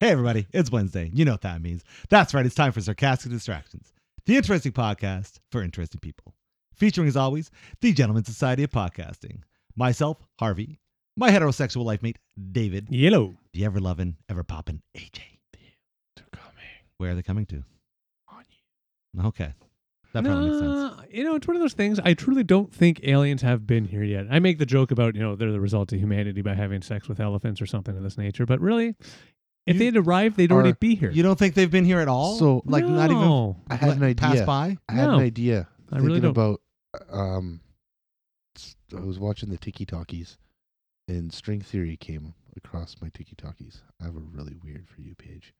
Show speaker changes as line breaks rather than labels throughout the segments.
Hey, everybody, it's Wednesday. You know what that means. That's right, it's time for Sarcastic Distractions, the interesting podcast for interesting people. Featuring, as always, the Gentleman Society of Podcasting, myself, Harvey, my heterosexual life mate, David,
Yellow.
the ever loving, ever popping AJ. Where are they coming to?
On
Okay. That probably makes sense.
You know, it's one of those things. I truly don't think aliens have been here yet. I make the joke about, you know, they're the result of humanity by having sex with elephants or something of this nature. But really,
You
if they'd arrived, they'd
are-
already be here.
You don't think they've been here at all?
So
like, not even-
No.
I had an
Let- Pass
idea.
by?
I had
No.
an idea.
I
thinking
really don't.
about um, s- I was watching the Tiki Talkies, and string theory came across my Tiki Talkies. I have a really weird for you page,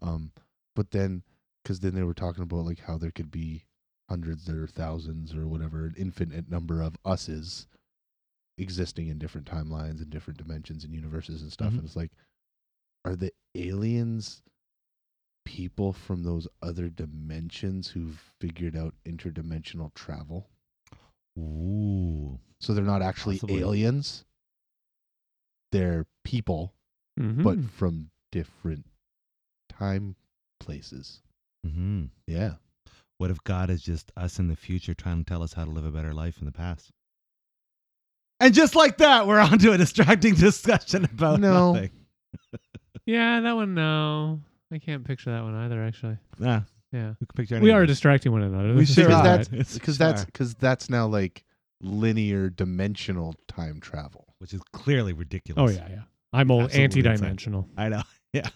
um, but then because then they were talking about like how there could be hundreds or thousands or whatever an infinite number of uses existing in different timelines and different dimensions and universes and stuff
Mm-hmm.
Mhm.
and it's like are the aliens people from those other dimensions who've figured out interdimensional travel
Ooh.
so they're not actually
Possibly.
aliens they're people
Mhm.
but from different time places
hmm
yeah
What if God is just us in the future trying to tell us how to live a better life in the past? And just like that, we're on to a distracting discussion about
No.
nothing.
yeah, that one, no. I can't picture that one either, actually.
Nah,
Yeah.
we can picture
We
anything.
are distracting one another.
We
This is
sure
good.
are.
are.
that's- because that's because that's now like linear dimensional time travel
which is clearly
Oh,
ridiculous.
yeah, yeah. I'm all
Absolutely
anti
insane.
dimensional.
I know.
Yeah.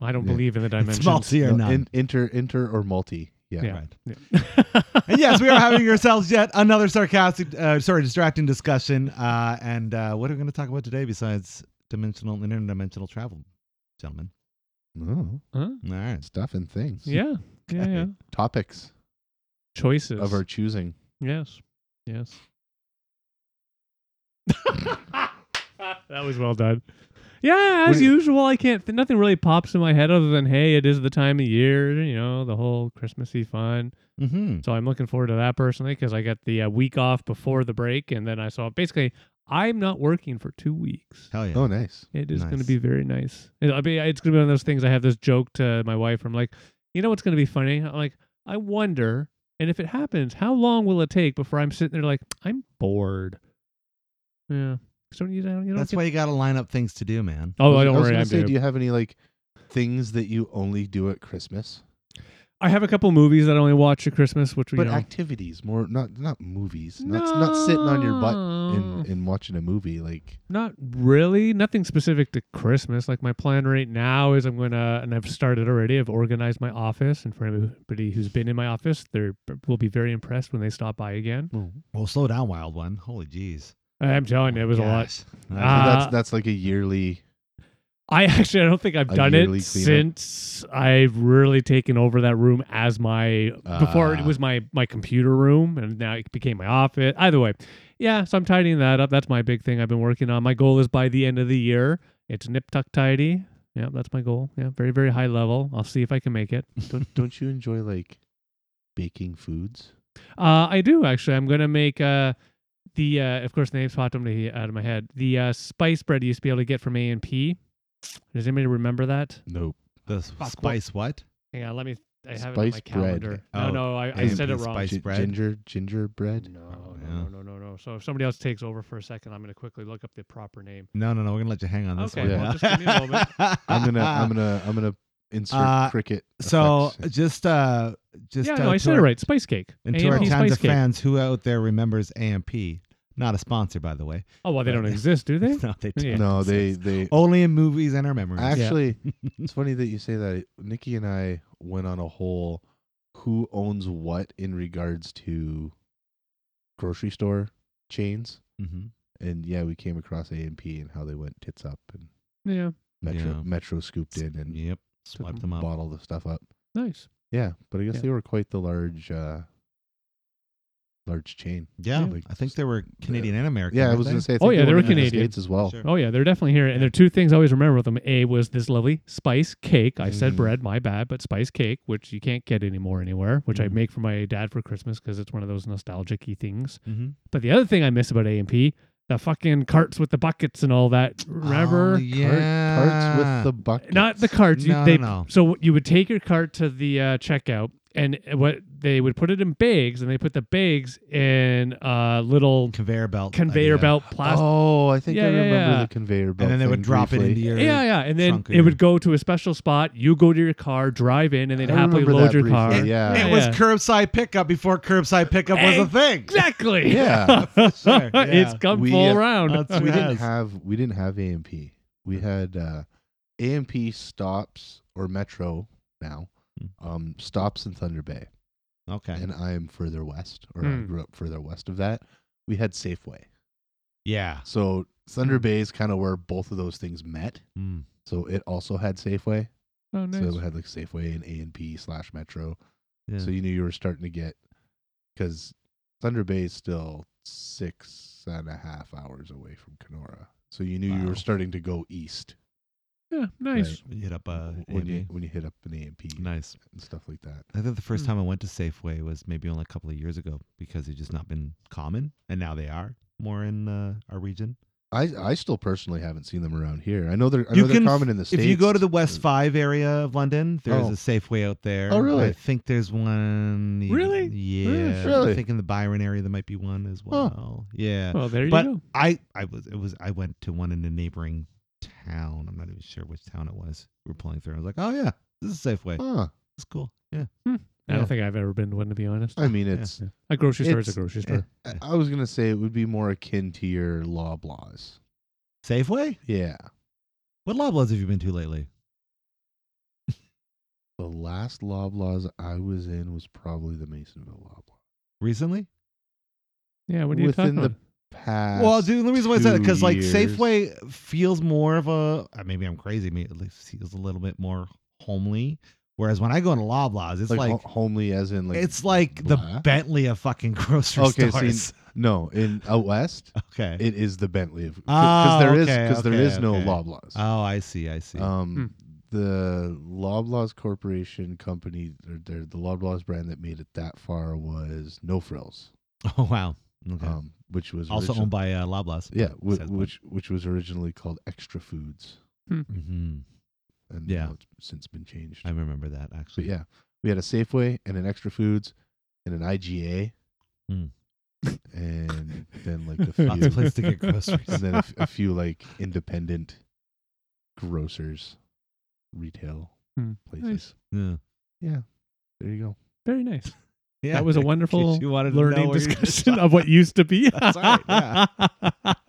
I don't
Yeah.
believe in the
It's
dimensions.
multi or
No,
none.
in- inter inter or multi yeah,
Yeah.
Right.
Yeah.
And yes, we are having ourselves yet another sarcastic, uh, sorry, distracting discussion. Uh, and uh, what are we going to talk about today besides dimensional and interdimensional travel, gentlemen?
Oh,
Huh?
All right.
stuff and things
Yeah. Yeah.
Okay.
Yeah.
topics
Choices.
of our choosing
Yes. Yes. that was well done. Yeah,
What
as
do you-
usual, I can't. Th- nothing really pops in my head other than, hey, it is the time of year, you know, the whole Christmassy fun.
Mm-hmm.
So I'm looking forward to that personally because I got the uh, week off before the break, and then I saw basically I'm not working for two weeks.
Hell yeah.
oh nice
It is going to
Nice.
be very nice. It'll be, it's going to be one of those things. I have this joke to my wife. I'm like, you know what's going to be funny? I'm like, I wonder, and if it happens, how long will it take before I'm sitting there like, I'm bored? Yeah. So you don't, you don't
That's
get-
why you got to line up things to do, man.
oh, I
was-
don't
was
worry.
gonna
I
say,
do.
do you have any like things that you only do at Christmas?
I have a couple movies that I only watch at Christmas, which we
But
you know,
activities, more not not movies, not not sitting on your butt
No.
and, and watching a movie. Like
Not really. Nothing specific to Christmas. Like my plan right now is I'm gonna, and I've started already. I've organized my office, and for anybody who's been in my office, they are will be very impressed when they stop by again.
Well, slow down, wild one. Holy jeez.
I'm telling you, it was a lot.
a
so
Ah. Uh,
that's that's like a yearly.
I actually, I don't think I've
A
done it
yearly cleanup?
since I've really taken over that room as my before
Uh,
it
Ah.
was my my computer room, and now it became my office. Either way, yeah. So I'm tidying that up. That's my big thing I've been working on. My goal is by the end of the year, it's nip tuck tidy. Yeah, that's my goal. Yeah, very very high level. I'll see if I can make it.
Don't don't you enjoy like baking foods?
Uh, I do actually. I'm gonna make uh, the uh, of course the name's popped out of my head. The uh, spice bread you used to be able to get from A and P. Does anybody remember that?
Nope.
The s-
what-
spice what?
Hang on, let me. I have
Spiced
it on my
bread.
calendar.
Oh,
no, no, I, I
and
said it
the
wrong.
spiced
Gi-
bread?
Ginger gingerbread.
No,
Oh,
no,
yeah.
no, no, no, no. So if somebody else takes over for a second, I'm going to quickly look up the proper name.
No, no, no. We're going to let you hang on this
Okay,
one.
well,
yeah.
just give me a moment.
I'm gonna I'm gonna I'm gonna insert
Uh,
cricket.
So
effects.
just uh just
yeah,
uh,
no, I
to
said
our,
it right. Spice cake.
And to our
AMP
tons
spice
of
cake.
fans, who out there remembers AMP? Not a sponsor, by the way.
Oh, well, they don't
Yeah.
exist, do they?
no, they don't.
no, they
exist.
they
only in movies and our memories.
Actually, it's funny that you say that. Nikki and I went on a whole who owns what in regards to grocery store chains.
Mhm.
And yeah, we came across A and P and how they went tits up and
Yeah,
Metro
Yeah.
Metro scooped in and
Yep. Swipe them up.
bottled the stuff up.
nice.
Yeah, but I guess
Yeah.
they were quite the large uh large chain.
Yeah,
Yeah.
I think they were Canadian and American.
Yeah, I
weren't
was
they?
gonna say I
Oh,
think
yeah, they
went
were
into the
Canadian.
States as well.
Sure.
Oh, yeah, they're definitely here. And there are two things I always remember with them. A was this lovely spice cake. I said
Mm-hmm.
Mm.
bread, my bad, but spice cake, which you can't get anymore anywhere, which I
Mm.
make for my dad for Christmas because it's one of those nostalgic y things.
Mhm.
But the other thing I miss about A and P the fucking carts with the buckets and all that. Remember?
Oh,
Cart-
yeah.
carts
Ah.
with the bucket.
Not the carts. You,
No,
they,
no, no.
So you would take your cart to the uh, checkout, and what they would put it in bags, and they put the bags in uh, little
conveyor belt.
conveyor
idea.
belt plastic.
Oh, I think
Yeah,
I
yeah,
remember
yeah.
the conveyor belt.
And then they would
thing
drop it
briefly.
into your.
yeah, yeah, and then
trunk or
it
your-
would go to a special spot. You go to your car, drive in, and they'd
I
happily
remember
load
that
your
briefly,
car.
yeah.
It
Yeah.
was curbside pickup before curbside pickup was a thing.
Exactly.
Yeah.
Sure, yeah.
it's come
We,
full
uh,
round.
That's
we didn't
Yes.
have we didn't have AMP. We had uh, AMP stops or Metro now
Hmm.
um, stops in Thunder Bay,
Okay.
and I'm further west, or I
Hmm.
grew up further west of that. We had Safeway,
Yeah.
so Thunder
Hmm.
Bay is kind of where both of those things met.
Mm.
So it also had Safeway.
oh,
So
nice.
it had like Safeway and AMP slash Metro.
Yeah.
So you knew you were starting to get because Thunder Bay is still six and a half hours away from Kenora. So you knew you
Wow.
were starting to go east
yeah, nice.
Right.
You hit up uh,
w- when you
AMD.
when you hit up an AMP
Nice.
and stuff like that.
I think the first
Hmm.
time I went to Safeway was maybe only a couple of years ago because they've just not been common, and now they are more in uh, our region.
I I still personally haven't seen them around here. I know they're I
You
know they're
can f-
common in the states.
If you go to the West
Mm.
Five area of London, there's
Oh.
a Safeway out there.
Oh, really?
I think there's one. even-
Really?
Yeah. I
Really?
think in the Byron area there might be one as well. Yeah.
Well, there you
But-
go.
I I was it was I went to one in a neighboring town. I'm not even sure which town it was. We were pulling through. I was like, oh yeah, this is Safeway.
Huh.
It's cool. Yeah.
I
Yeah.
don't think I've ever been to one to be honest.
I mean it's
Yeah. A grocery store is
It's-
a grocery
yeah.
store.
I, I was gonna say it would be more akin to your Loblaws.
Safeway?
Yeah.
What Loblaws have you been to lately?
The last Loblaws I was in was probably the Masonville Loblaw.
Recently?
Yeah, what are you
Within
talking
the
about?
Past
well, dude, the reason why I said that
two
because like
years.
Safeway feels more of a uh, maybe I'm crazy. Maybe it like, feels a little bit more homely. Whereas when I go into Loblaws, it's
like,
like,
ho- homely as in like
it's like the
black?
Bentley of fucking grocery
Okay, see,
stores.
no in out west
okay.
it is the bentley of
Ah,
there is
okay,
there
okay,
is no
okay.
loblaws
oh, I see. I see. Hmm.
um the loblaws corporation company or their, the loblaws brand that made it that far was no frills
oh wow. Okay.
um which was
also
origin-
owned by uh, Loblaws.
yeah whi-
Says one.
which which was originally called extra foods
hmm
and
Yeah.
now it's since been changed
I remember that
but
actually.
yeah we had a safeway and an extra foods and an iga
Mm.
and then like a
Lots
few
of places to get groceries.
and then a, f- a few like independent grocers, retail
Hmm.
places.
Nice.
Yeah.
Yeah, there you go.
Very nice.
yeah.
That was a
in case
wonderful
you wanted to know
learning
where you-
discussion of what used to be.
That's all right, yeah.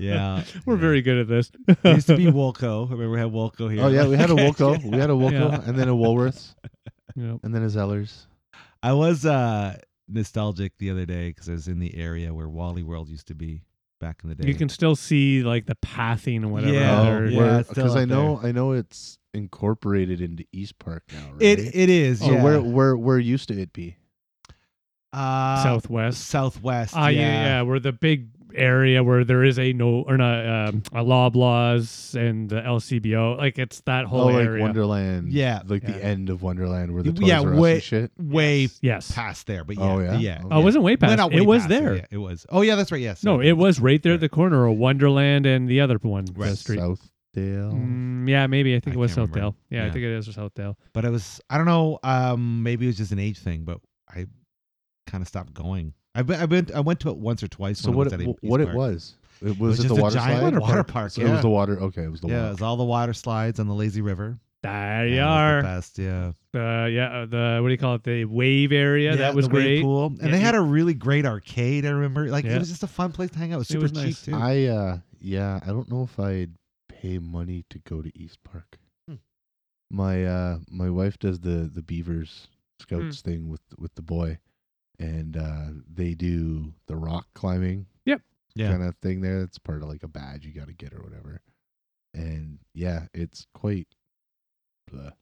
yeah.
We're
yeah.
very good at this.
It used to be Wolco. Remember we had Wolco here.
Oh yeah, we had a
Okay.
Woco, we had a Woco,
Yeah.
and then a Woolworths,
Yep.
and then a Zellers.
I was uh, nostalgic the other day because I was in the area where Wally World used to be back in the day.
You can still see like the pathing and whatever.
Yeah,
other-
yeah, it's still
Oh, because I
out
know I know it's incorporated into East Park now. Right?
It it is.
Oh,
yeah.
where where where used to it be?
uh,
Southwest.
Southwest.
Ah, yeah. yeah,
yeah.
Where the big area where there is a no or not um, a Loblaws and the LCBO, like it's that whole
oh, like
area.
Wonderland.
Yeah.
like
Yeah.
the end of Wonderland where the Toys
Yeah,
R Us
way-
and shit.
Way
yes.
past there, but yeah.
Oh, yeah?
Yeah.
Okay.
Oh, it wasn't way
Went
past.
out
it
way
was
past
there.
Yeah, it was. Oh yeah, that's right. Yes.
No, it was right there at
Right.
the corner of Wonderland and the other one, the
Right.
street.
Southdale.
Mm, yeah, maybe. I think
I
it was
can't
Southdale.
remember.
Yeah,
Yeah.
I think it is Southdale.
But I was I don't know. Um, maybe it was just an age thing, but I kind of stopped going. I have been, I went I went to it once or twice.
So
when
what
it was at
it,
East
what it
Park.
was? It
was
was, it
just
the
a
water
giant
slide?
water Water park. park,
So it
yeah.
was the water. Okay, it was the
Yeah, it
water.
was all the water slides on the lazy river.
There you
Yeah,
are.
it was the best. Yeah.
Uh, yeah, uh, the what do you call it? The wave area. that was
the wave
great.
Pool. And
Yeah,
they
you-
had a really great arcade. I remember, like it
Yeah.
was just a fun place to hang out. It was
It
super
was
cheap
nice.
too.
I uh yeah, I don't know if I'd pay money to go to East Park.
Hmm.
My uh my wife does the the Beavers
Hmm.
Scouts thing with with the boy and uh they do the rock climbing
Yep.
Yeah.
kind of thing there. That's part of like a badge you got to get or whatever. And yeah, it's quite bleh.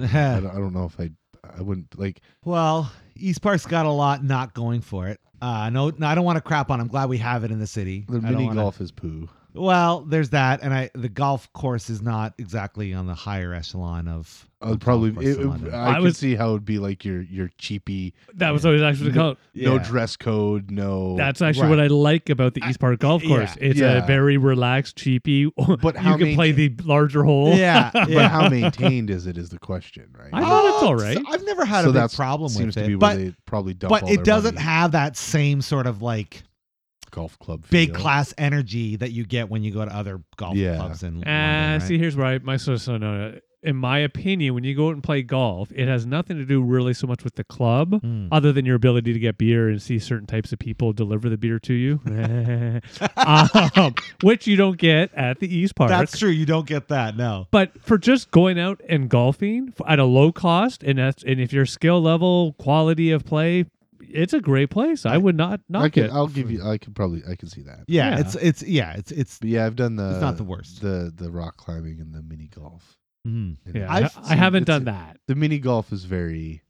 Eh.
I, don't, I don't know if I I wouldn't like
well, East Park's got a lot not going for it. Uh, no, no, I don't want to crap on. I'm glad we have it in the city.
the
I don't
mini
wanna-
golf is poo.
Well, there's that, and I the golf course is not exactly on the higher echelon of.
I
of
would probably.
golf courses
It,
in London.
I,
I
could
was-
see how it would be like your your cheapy,
That was always actually
No-
called.
no
Yeah.
dress code, no.
That's actually what I like about the
I-
East Park Golf
yeah,
Course. It's
yeah.
a very relaxed, cheapy.
But
you
how
can play the larger hole.
yeah,
But
yeah.
how maintained is it? Is the question, right?
I thought it's
Oh,
all right.
I've never had
So
a big
that's-
problem with
seems to
it,
be where
but
they probably dump.
but
all
it
their
doesn't
money.
have that same sort of like
golf club
big
feel.
class energy that you get when you go to other golf
Yeah.
clubs in London.
Ah,
right?
see, here's where I, my so so no, no. In my opinion, when you go out and play golf, it has nothing to do really so much with the club,
Mm.
other than your ability to get beer and see certain types of people deliver the beer to you, um, which you don't get at the East Park.
That's true. You don't get that. No.
but for just going out and golfing f- at a low cost, and that's, and if your skill level, quality of play, it's a great place. I would not
I
knock
could,
it.
I'll give you. I could probably. I can see that.
Yeah,
Yeah.
It's it's yeah. It's it's
But yeah, I've done the.
it's not the worst.
the the rock climbing and the mini golf.
Mhm.
And
yeah,
I've
I, I haven't
it's a-
done that.
The mini golf is very.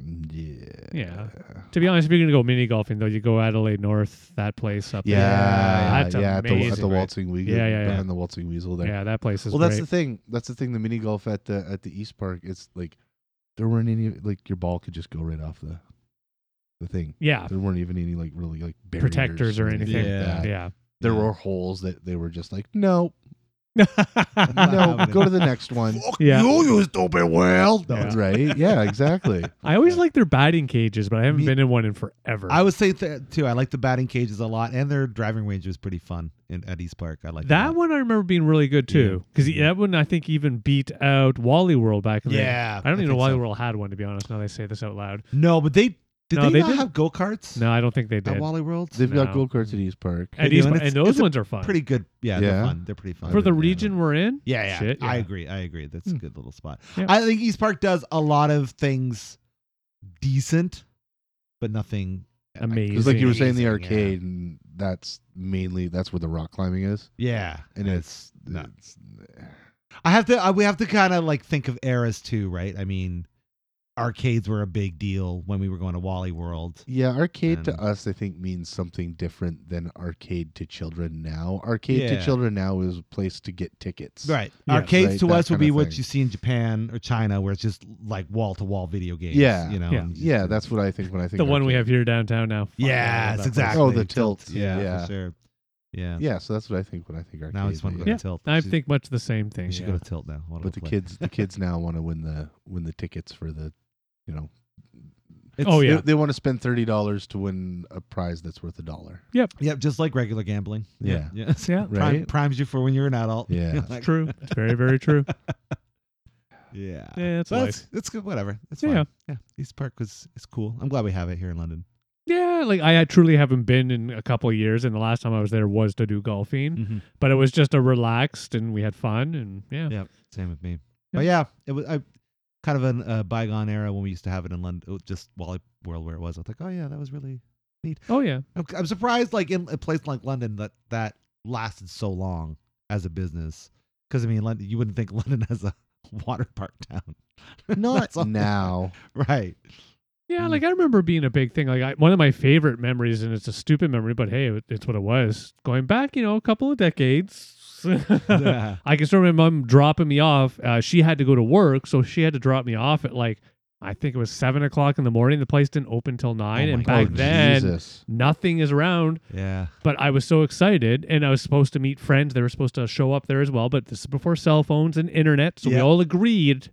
Yeah.
Yeah. To be honest, if you're gonna go mini golfing though, you go Adelaide North, that place up
Yeah, yeah,
That's
yeah, at the, at the
amazing.
waltzing weasel,
Yeah, yeah, yeah.
behind the waltzing weasel
there.
there.
Yeah, that place is
well, that's
great.
the thing. That's the thing. The mini golf at the at the East Park, it's like there weren't any like your ball could just go right off the the thing.
yeah,
There weren't even any like really like barriers
protectors or anything.
Yeah.
like that.
Yeah.
There
Yeah.
were holes that they were just like, no,
Not
no,
happening.
go to the next one.
Fuck
Yeah.
you, you stupid world. No,
Yeah.
it's-
Right? Yeah, exactly.
I always like their batting cages, but I haven't
Me-
been in one in forever.
I would say that too. I like the batting cages a lot, and their driving range was pretty fun in, at East Park. I like
that one I remember being really good too, because
Yeah.
that one I think even beat out Wally World back in the day.
Yeah,
I don't even know
think
Wally
so.
World had one to be honest. Now they say this out loud.
No, but they did
No,
they,
they
not
didn't.
have go karts
No, I don't think they
at
did.
Wally World.
They've got
No.
go karts at East Park.
They
And,
do,
East,
and
and,
it's-
those
it's a
ones are fun
Pretty good. Yeah, they're
Yeah.
fun. They're pretty fun
for the
Yeah.
region we're in.
Yeah, yeah.
Shit,
I
yeah.
agree. I agree. That's a
Hmm.
good little spot.
Yeah.
I think East Park does a lot of things decent, but nothing
Amazing.
Because like you were saying, the
Amazing,
arcade, and that's mainly that's where the rock climbing is,
Yeah,
and it's,
no.
it's
I have to. I, we have to kind of like think of eras too, right? I mean, arcades were a big deal when we were going to Wally World.
yeah, arcade
And-
to us I think means something different than arcade to children now. Arcade
Yeah.
to children now is a place to get tickets.
Right.
Yeah.
arcades
Right,
to
that
us would
kinda
be what
thing.
you see in Japan or China, where it's just like wall to wall video games.
Yeah.
You know.
Yeah.
and just-
Yeah, that's what I think when I think
the one we
arcade.
have here downtown now. Fuck, I love
Yes,
that place.
exactly.
Oh, the tilt.
Yeah,
Yeah.
for sure. Yeah.
Yeah, so that's what I think when I think arcade.
Now I just want to go
Yeah.
to tilt.
I
We should-
think much the same thing.
we should
yeah.
go to tilt now. I wanna
but the
play.
kids, the kids now want to win the win the tickets for the, you know,
It's-
Oh,
they-
yeah.
they, want to spend thirty dollars to win a prize that's worth a dollar.
Yep, just like regular gambling.
Yeah.
Yeah.
Yeah.
Prime-
Right?
primes you for when you're an adult.
Yeah.
Like,
It's true. It's very, very true.
Yeah.
Yeah, it's
But
life.
it's, it's good. Whatever. It's fine.
Yeah.
Yeah. East Park was it's cool. I'm glad we have it here in London.
Yeah, like I had- truly haven't been in a couple of years, and the last time I was there was to do golfing,
Mm-hmm.
but it was just a relaxed and we had fun, and yeah,
Yeah. Same with me. But yeah, it was I, kind of a uh, bygone era when we used to have it in London, oh, just Wally World where it was. I was like, oh yeah, that was really.
oh yeah,
I'm, I'm surprised like in a place like London that that lasted so long as a business. Because I mean, London, you wouldn't think London has a water park town,
Not
That's all-
now.
right?
yeah.
Mm.
Like I remember being a big thing. Like I, one of my favorite memories, and it's a stupid memory, but hey, it- it's what it was. Going back, you know, a couple of decades.
Yeah.
I can still remember my mom dropping me off. Uh, she had to go to work, so she had to drop me off at like I think it was seven o'clock in the morning. The place didn't open till nine,
my
and
God.
back
Oh,
then
Jesus.
nothing is around.
yeah.
But I was so excited, and I was supposed to meet friends. They were supposed to show up there as well. But this is before cell phones and internet, so we
Yeah.
all agreed.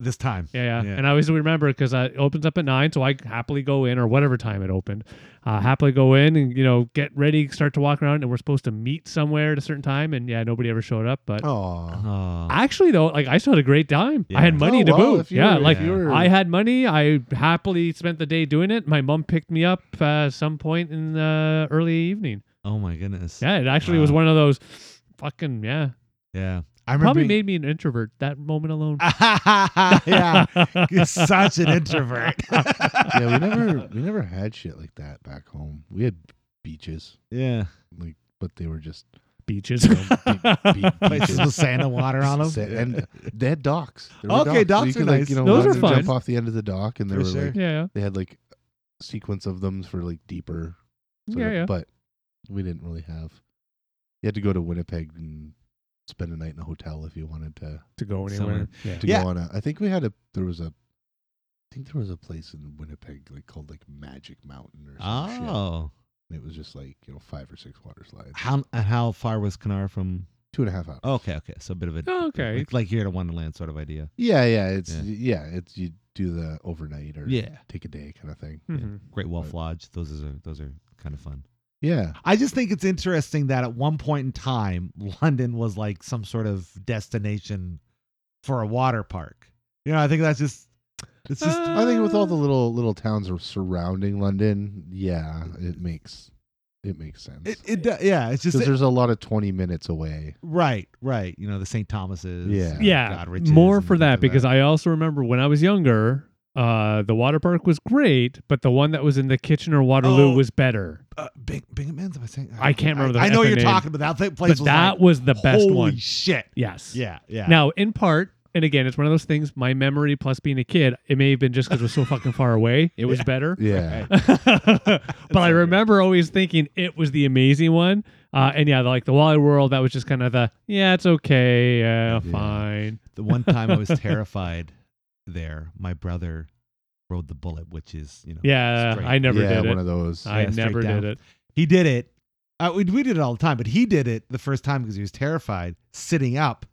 This time.
Yeah, yeah.
Yeah.
And I always remember because it opens up at nine, so I happily go in or whatever time it opened. Uh, happily go in and you know get ready, start to walk around, and we're supposed to meet somewhere at a certain time. And yeah, nobody ever showed up. But
Oh,
Oh.
actually, though, like I still had a great time.
Yeah.
I had money
Oh,
to
well,
boot.
if you
Yeah,
were-
like
if you were-
I had money. I happily spent the day doing it. My mom picked me up uh, some point in the early evening.
Oh my goodness.
Yeah, it actually was
Wow.
one of those fucking yeah.
Yeah. I remember
Probably
being-
made me an introvert that moment alone.
yeah. You're such an introvert.
yeah. We never, we never had shit like that back home. We had beaches,
yeah.
like, but they were just
Beaches.
Places with sand and water on them.
sa- and they had docks. There were
Okay, docks
So you
are
could, like,
nice.
You know,
Those
watch
are
them Jump
fun.
off the end of the dock, and there
For
were
sure.
like
yeah,
they had like sequence of them for like deeper. sort
yeah,
of-
yeah.
But we didn't really have You had to go to Winnipeg and spend a night in a hotel if you wanted to
to go anywhere.
Somewhere.
Yeah.
to
Yeah.
go on a. I think we had a. There was a. I think there was a place in Winnipeg like called like Magic Mountain or something.
Oh,
it was just like you know five or six water slides.
how and how far was Canard from? oh,
Two and a half hours.
Okay, okay, so a bit of a
Oh, okay.
like, like here to Wonderland sort of idea.
Yeah, yeah. It's
Yeah.
yeah. it's you do the overnight or
Yeah,
take a day kind of thing.
Mhm.
Great Wolf Lodge. Those are those are kind of fun.
Yeah.
I just think it's interesting that at one point in time, London was like some sort of destination for a water park. You know, I think that's just it's just
Uh,
I think with all the little little towns are surrounding London, yeah, it makes it makes sense.
it, it do- yeah, it's just
because there's a lot of 20 minutes away.
right, right. You know, the St. Thomas's.
Yeah.
Yeah.
Godrich's
More
and
for
things
that
like
because I also remember when I was younger, uh, the water park was great, but the one that was in the Kitchener Waterloo
Oh.
was better.
uh, Bing, Bingham's. Am I saying?
I can't remember the
I, know
effing
you're
name.
talking about that place.
but
was
that
like,
was the best
holy
one.
shit.
yes.
Yeah, yeah.
Now, in part, and again, it's one of those things. My memory plus being a kid, it may have been just because it was so fucking far away. It was better.
Yeah.
but I
okay.
remember always thinking it was the amazing one. Uh, and yeah, like the Wally World, that was just kind of the yeah, it's okay, yeah,
Yeah.
fine.
The one time I was terrified there, my brother rode the bullet, which is you know
Yeah,
straight
I never
yeah,
did
one
it.
of those.
I
yeah, straight
never
down.
did it.
He did it. Uh, we, we did it all the time, but he did it the first time because he was terrified sitting up.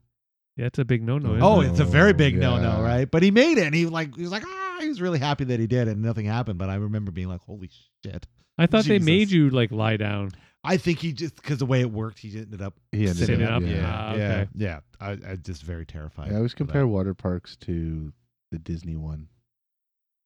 Yeah, it's a big no-no. isn't
Oh,
it?
it's a very big
yeah.
no-no, right? But he made it, and he like he was like ah, he was really happy that he did it, and nothing happened. But I remember being like, holy shit!
I thought they made
Jesus.
you like lie down.
I think he just because the way it worked, he ended up
He ended
Sitting
up,
up,
yeah.
yeah.
yeah,
Ah, okay.
yeah. I, I just very terrified.
I always
of
compare
that.
water parks to the Disney one,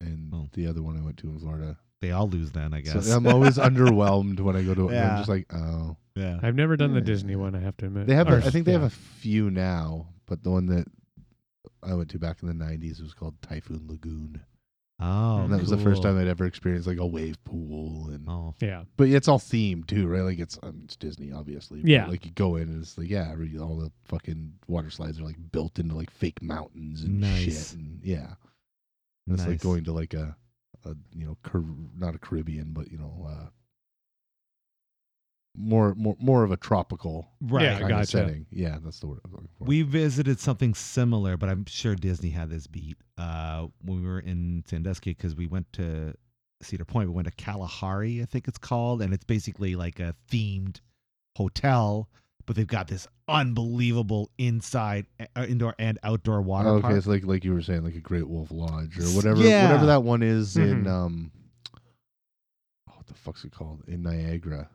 and
Oh.
the other one I went to in Florida.
They all lose then, I guess.
So I'm always underwhelmed when I go to.
Yeah.
I'm just like, oh,
yeah.
I've never done the
Yeah.
Disney one. I have to admit.
they have.
Or-
A, I think they have
yeah.
a few now, but the one that I went to back in the '90s was called Typhoon Lagoon.
Oh,
and that was the first
cool.
time I'd ever experienced like a wave pool, and
Oh,
Yeah.
but it's all themed too, right? Like it's um, it's Disney, obviously. but,
Yeah.
like you go in and it's like yeah, every, all the fucking water slides are like built into like fake mountains and
Nice.
shit, and yeah, it's like
nice.
going to like a, a you know Car- not a Caribbean, but you know uh, more more more of a tropical
right.
Yeah, I
kind
gotcha.
of setting. Yeah, that's the word I was looking for.
We visited something similar, but I'm sure Disney had this beat uh, when we were in Sandusky because we went to Cedar Point. We went to Kalahari, I think it's called, and it's basically like a themed hotel, but they've got this unbelievable inside, uh, indoor and outdoor water
Oh, okay,
park.
it's like like you were saying, like a Great Wolf Lodge or
S-
whatever,
yeah. Mm-hmm.
whatever that one is in
Mhm.
um, oh, what the fuck's it called in Niagara?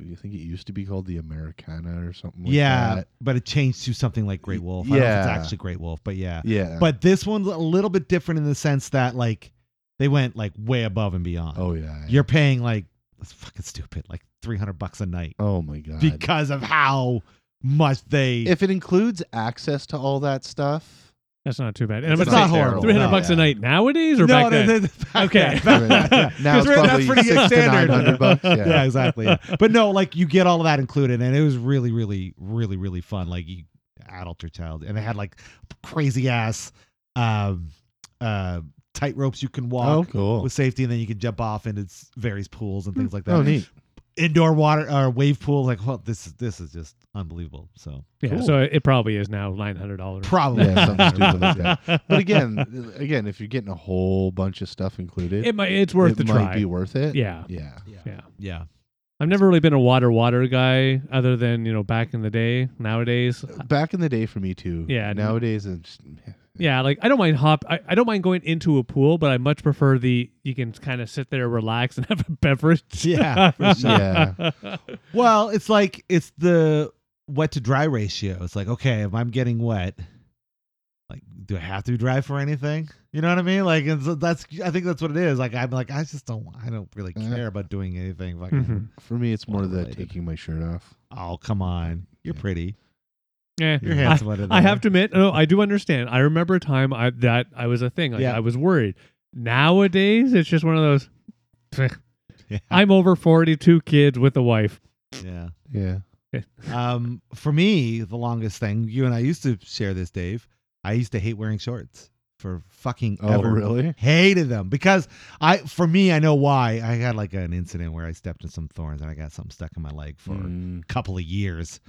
You think it used to be called the Americana or something? Like
yeah,
that?
but it changed to something like Great
Y-
Wolf. I don't know if it's
yeah.
actually Great Wolf, but yeah.
yeah.
But this one's a little bit different in the sense that like they went like way above and beyond.
oh yeah,
You're paying like that's fucking stupid, like 300 bucks a night.
oh my god.
because of how much they.
if it includes access to all that stuff,
That's not too bad. And
It's
I'm
not
gonna say
horrible,
Three hundred
no.
bucks a
Yeah.
night nowadays, or back then? Okay.
I mean, now it's
right, that's
probably
pretty good
six to
standard.
nine hundred bucks.
yeah.
Yeah.
exactly. But no, like you get all of that included, and it was really, really, really, really fun. Like you, adult or child, and they had like crazy ass um, uh, tight ropes you can walk.
Oh, cool.
With safety, and then you can jump off into s- various pools and things like that.
Oh, neat.
Indoor water or wave pool, like well, this is this is just unbelievable. So
Yeah,
Cool.
so it probably is now nine hundred dollars.
probably
Yeah, something stupid like that. But
but
again, again, if you're getting a whole bunch of stuff included,
it might it's worth
it
the
might
try.
be worth it.
yeah,
Yeah.
yeah.
yeah.
I've never really been a water water guy, other than you know back in the day. Nowadays,
Back in the day for me too.
Uh, Yeah, n-
Nowadays it's
yeah, like I don't mind hop. I, I don't mind going into a pool, but I much prefer the you can kind of sit there, relax, and have a beverage.
Yeah, for sure.
Yeah.
Well, it's like it's the wet to dry ratio. It's like, okay, if I'm getting wet, like, do I have to be dry for anything? You know what I mean? Like, and so that's I think that's what it is. Like, I'm like, I just don't, I don't really
Uh.
care about doing anything. Fucking,
Mhm.
for me it's more
Water
the
related.
taking my shirt off.
oh come on, you're
Yeah.
pretty,
yeah.
you're
I-
handsome. under
I
there.
have to admit, no, I do understand. I remember a time I that I was a thing. Like,
Yeah.
I was worried. Nowadays, it's just one of those.
Yeah,
I'm over forty-two kids with a wife.
yeah.
Yeah.
Um, for me, the longest thing you and I used to share this, Dave. I used to hate wearing shorts. for fucking
Oh,
ever.
really?
Hated them because I, for me, I know why. I had like an incident where I stepped in some thorns and I got something stuck in my leg for
Mm.
a couple of years,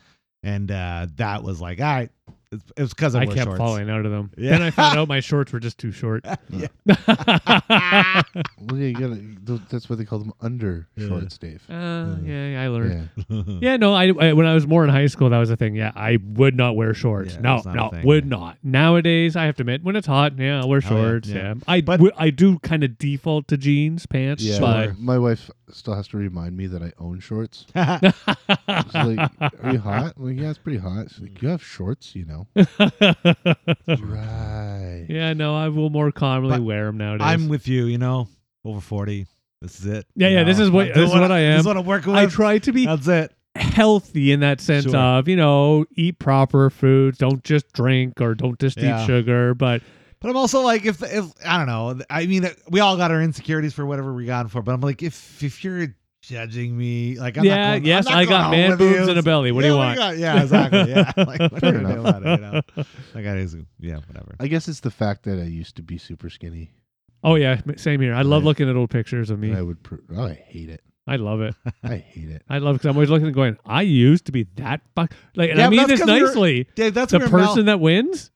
and uh, that was like, all right, it was because I,
I
wore
kept
shorts.
falling out of them.
Yeah.
Then I found out my shorts were just too short.
Yeah.
uh,
Well, yeah, you gotta, th- that's what they call them under
Yeah.
shorts, Dave.
yeah,
Mm.
yeah, I learned.
Yeah.
Yeah, no, I, I when I was more in high school, that was a thing. Yeah, I would not wear shorts.
Yeah,
no,
it's not a
no,
thing,
would
yeah.
not. Nowadays, I have to admit, when it's hot, yeah, I wear
yeah,
shorts.
yeah.
yeah. I
But-
w- I do kind of default to jeans, pants.
Yeah,
but
my- my wife still has to remind me that I own shorts. She's like, "Are you hot?" I'm like, "Yeah, it's pretty hot." She's like, "You have shorts, you know?" right.
yeah, no, I will more commonly
But
wear them nowadays.
I'm with you. You know, over forty. This is it.
Yeah,
you
yeah, this
know.
is what-
I'm
this is
doing
what I
This
am.
is what I'm working with.
I try to be
That's it.
healthy in that sense
Sure.
of you know eat proper foods, don't just drink or don't just
Yeah.
eat sugar. But
But I'm also like, if if I don't know, I mean, we all got our insecurities for whatever we got 'em for. But I'm like, if if you're judging me, like, I'm
yeah,
not going,
yes,
I'm not
I got
going home
man
with
boobs
you.
and a belly. What do
Yeah,
you want?
got? Yeah, exactly. Yeah, like, what are you
Fair
gonna do
enough.
about it? You know, like, I just, yeah, whatever.
I guess it's the fact that I used to be super skinny.
Oh yeah, m- same here. I love
Right.
looking at old pictures of me.
And I would. Pr- oh, I hate it.
I love it.
I hate it.
I love because I'm always looking and going. I used to be that fuck. Like, and
Yeah,
I
but
mean
that's
this
'cause we were-
nicely.
Dave, that's
The
where Mel-
person that wins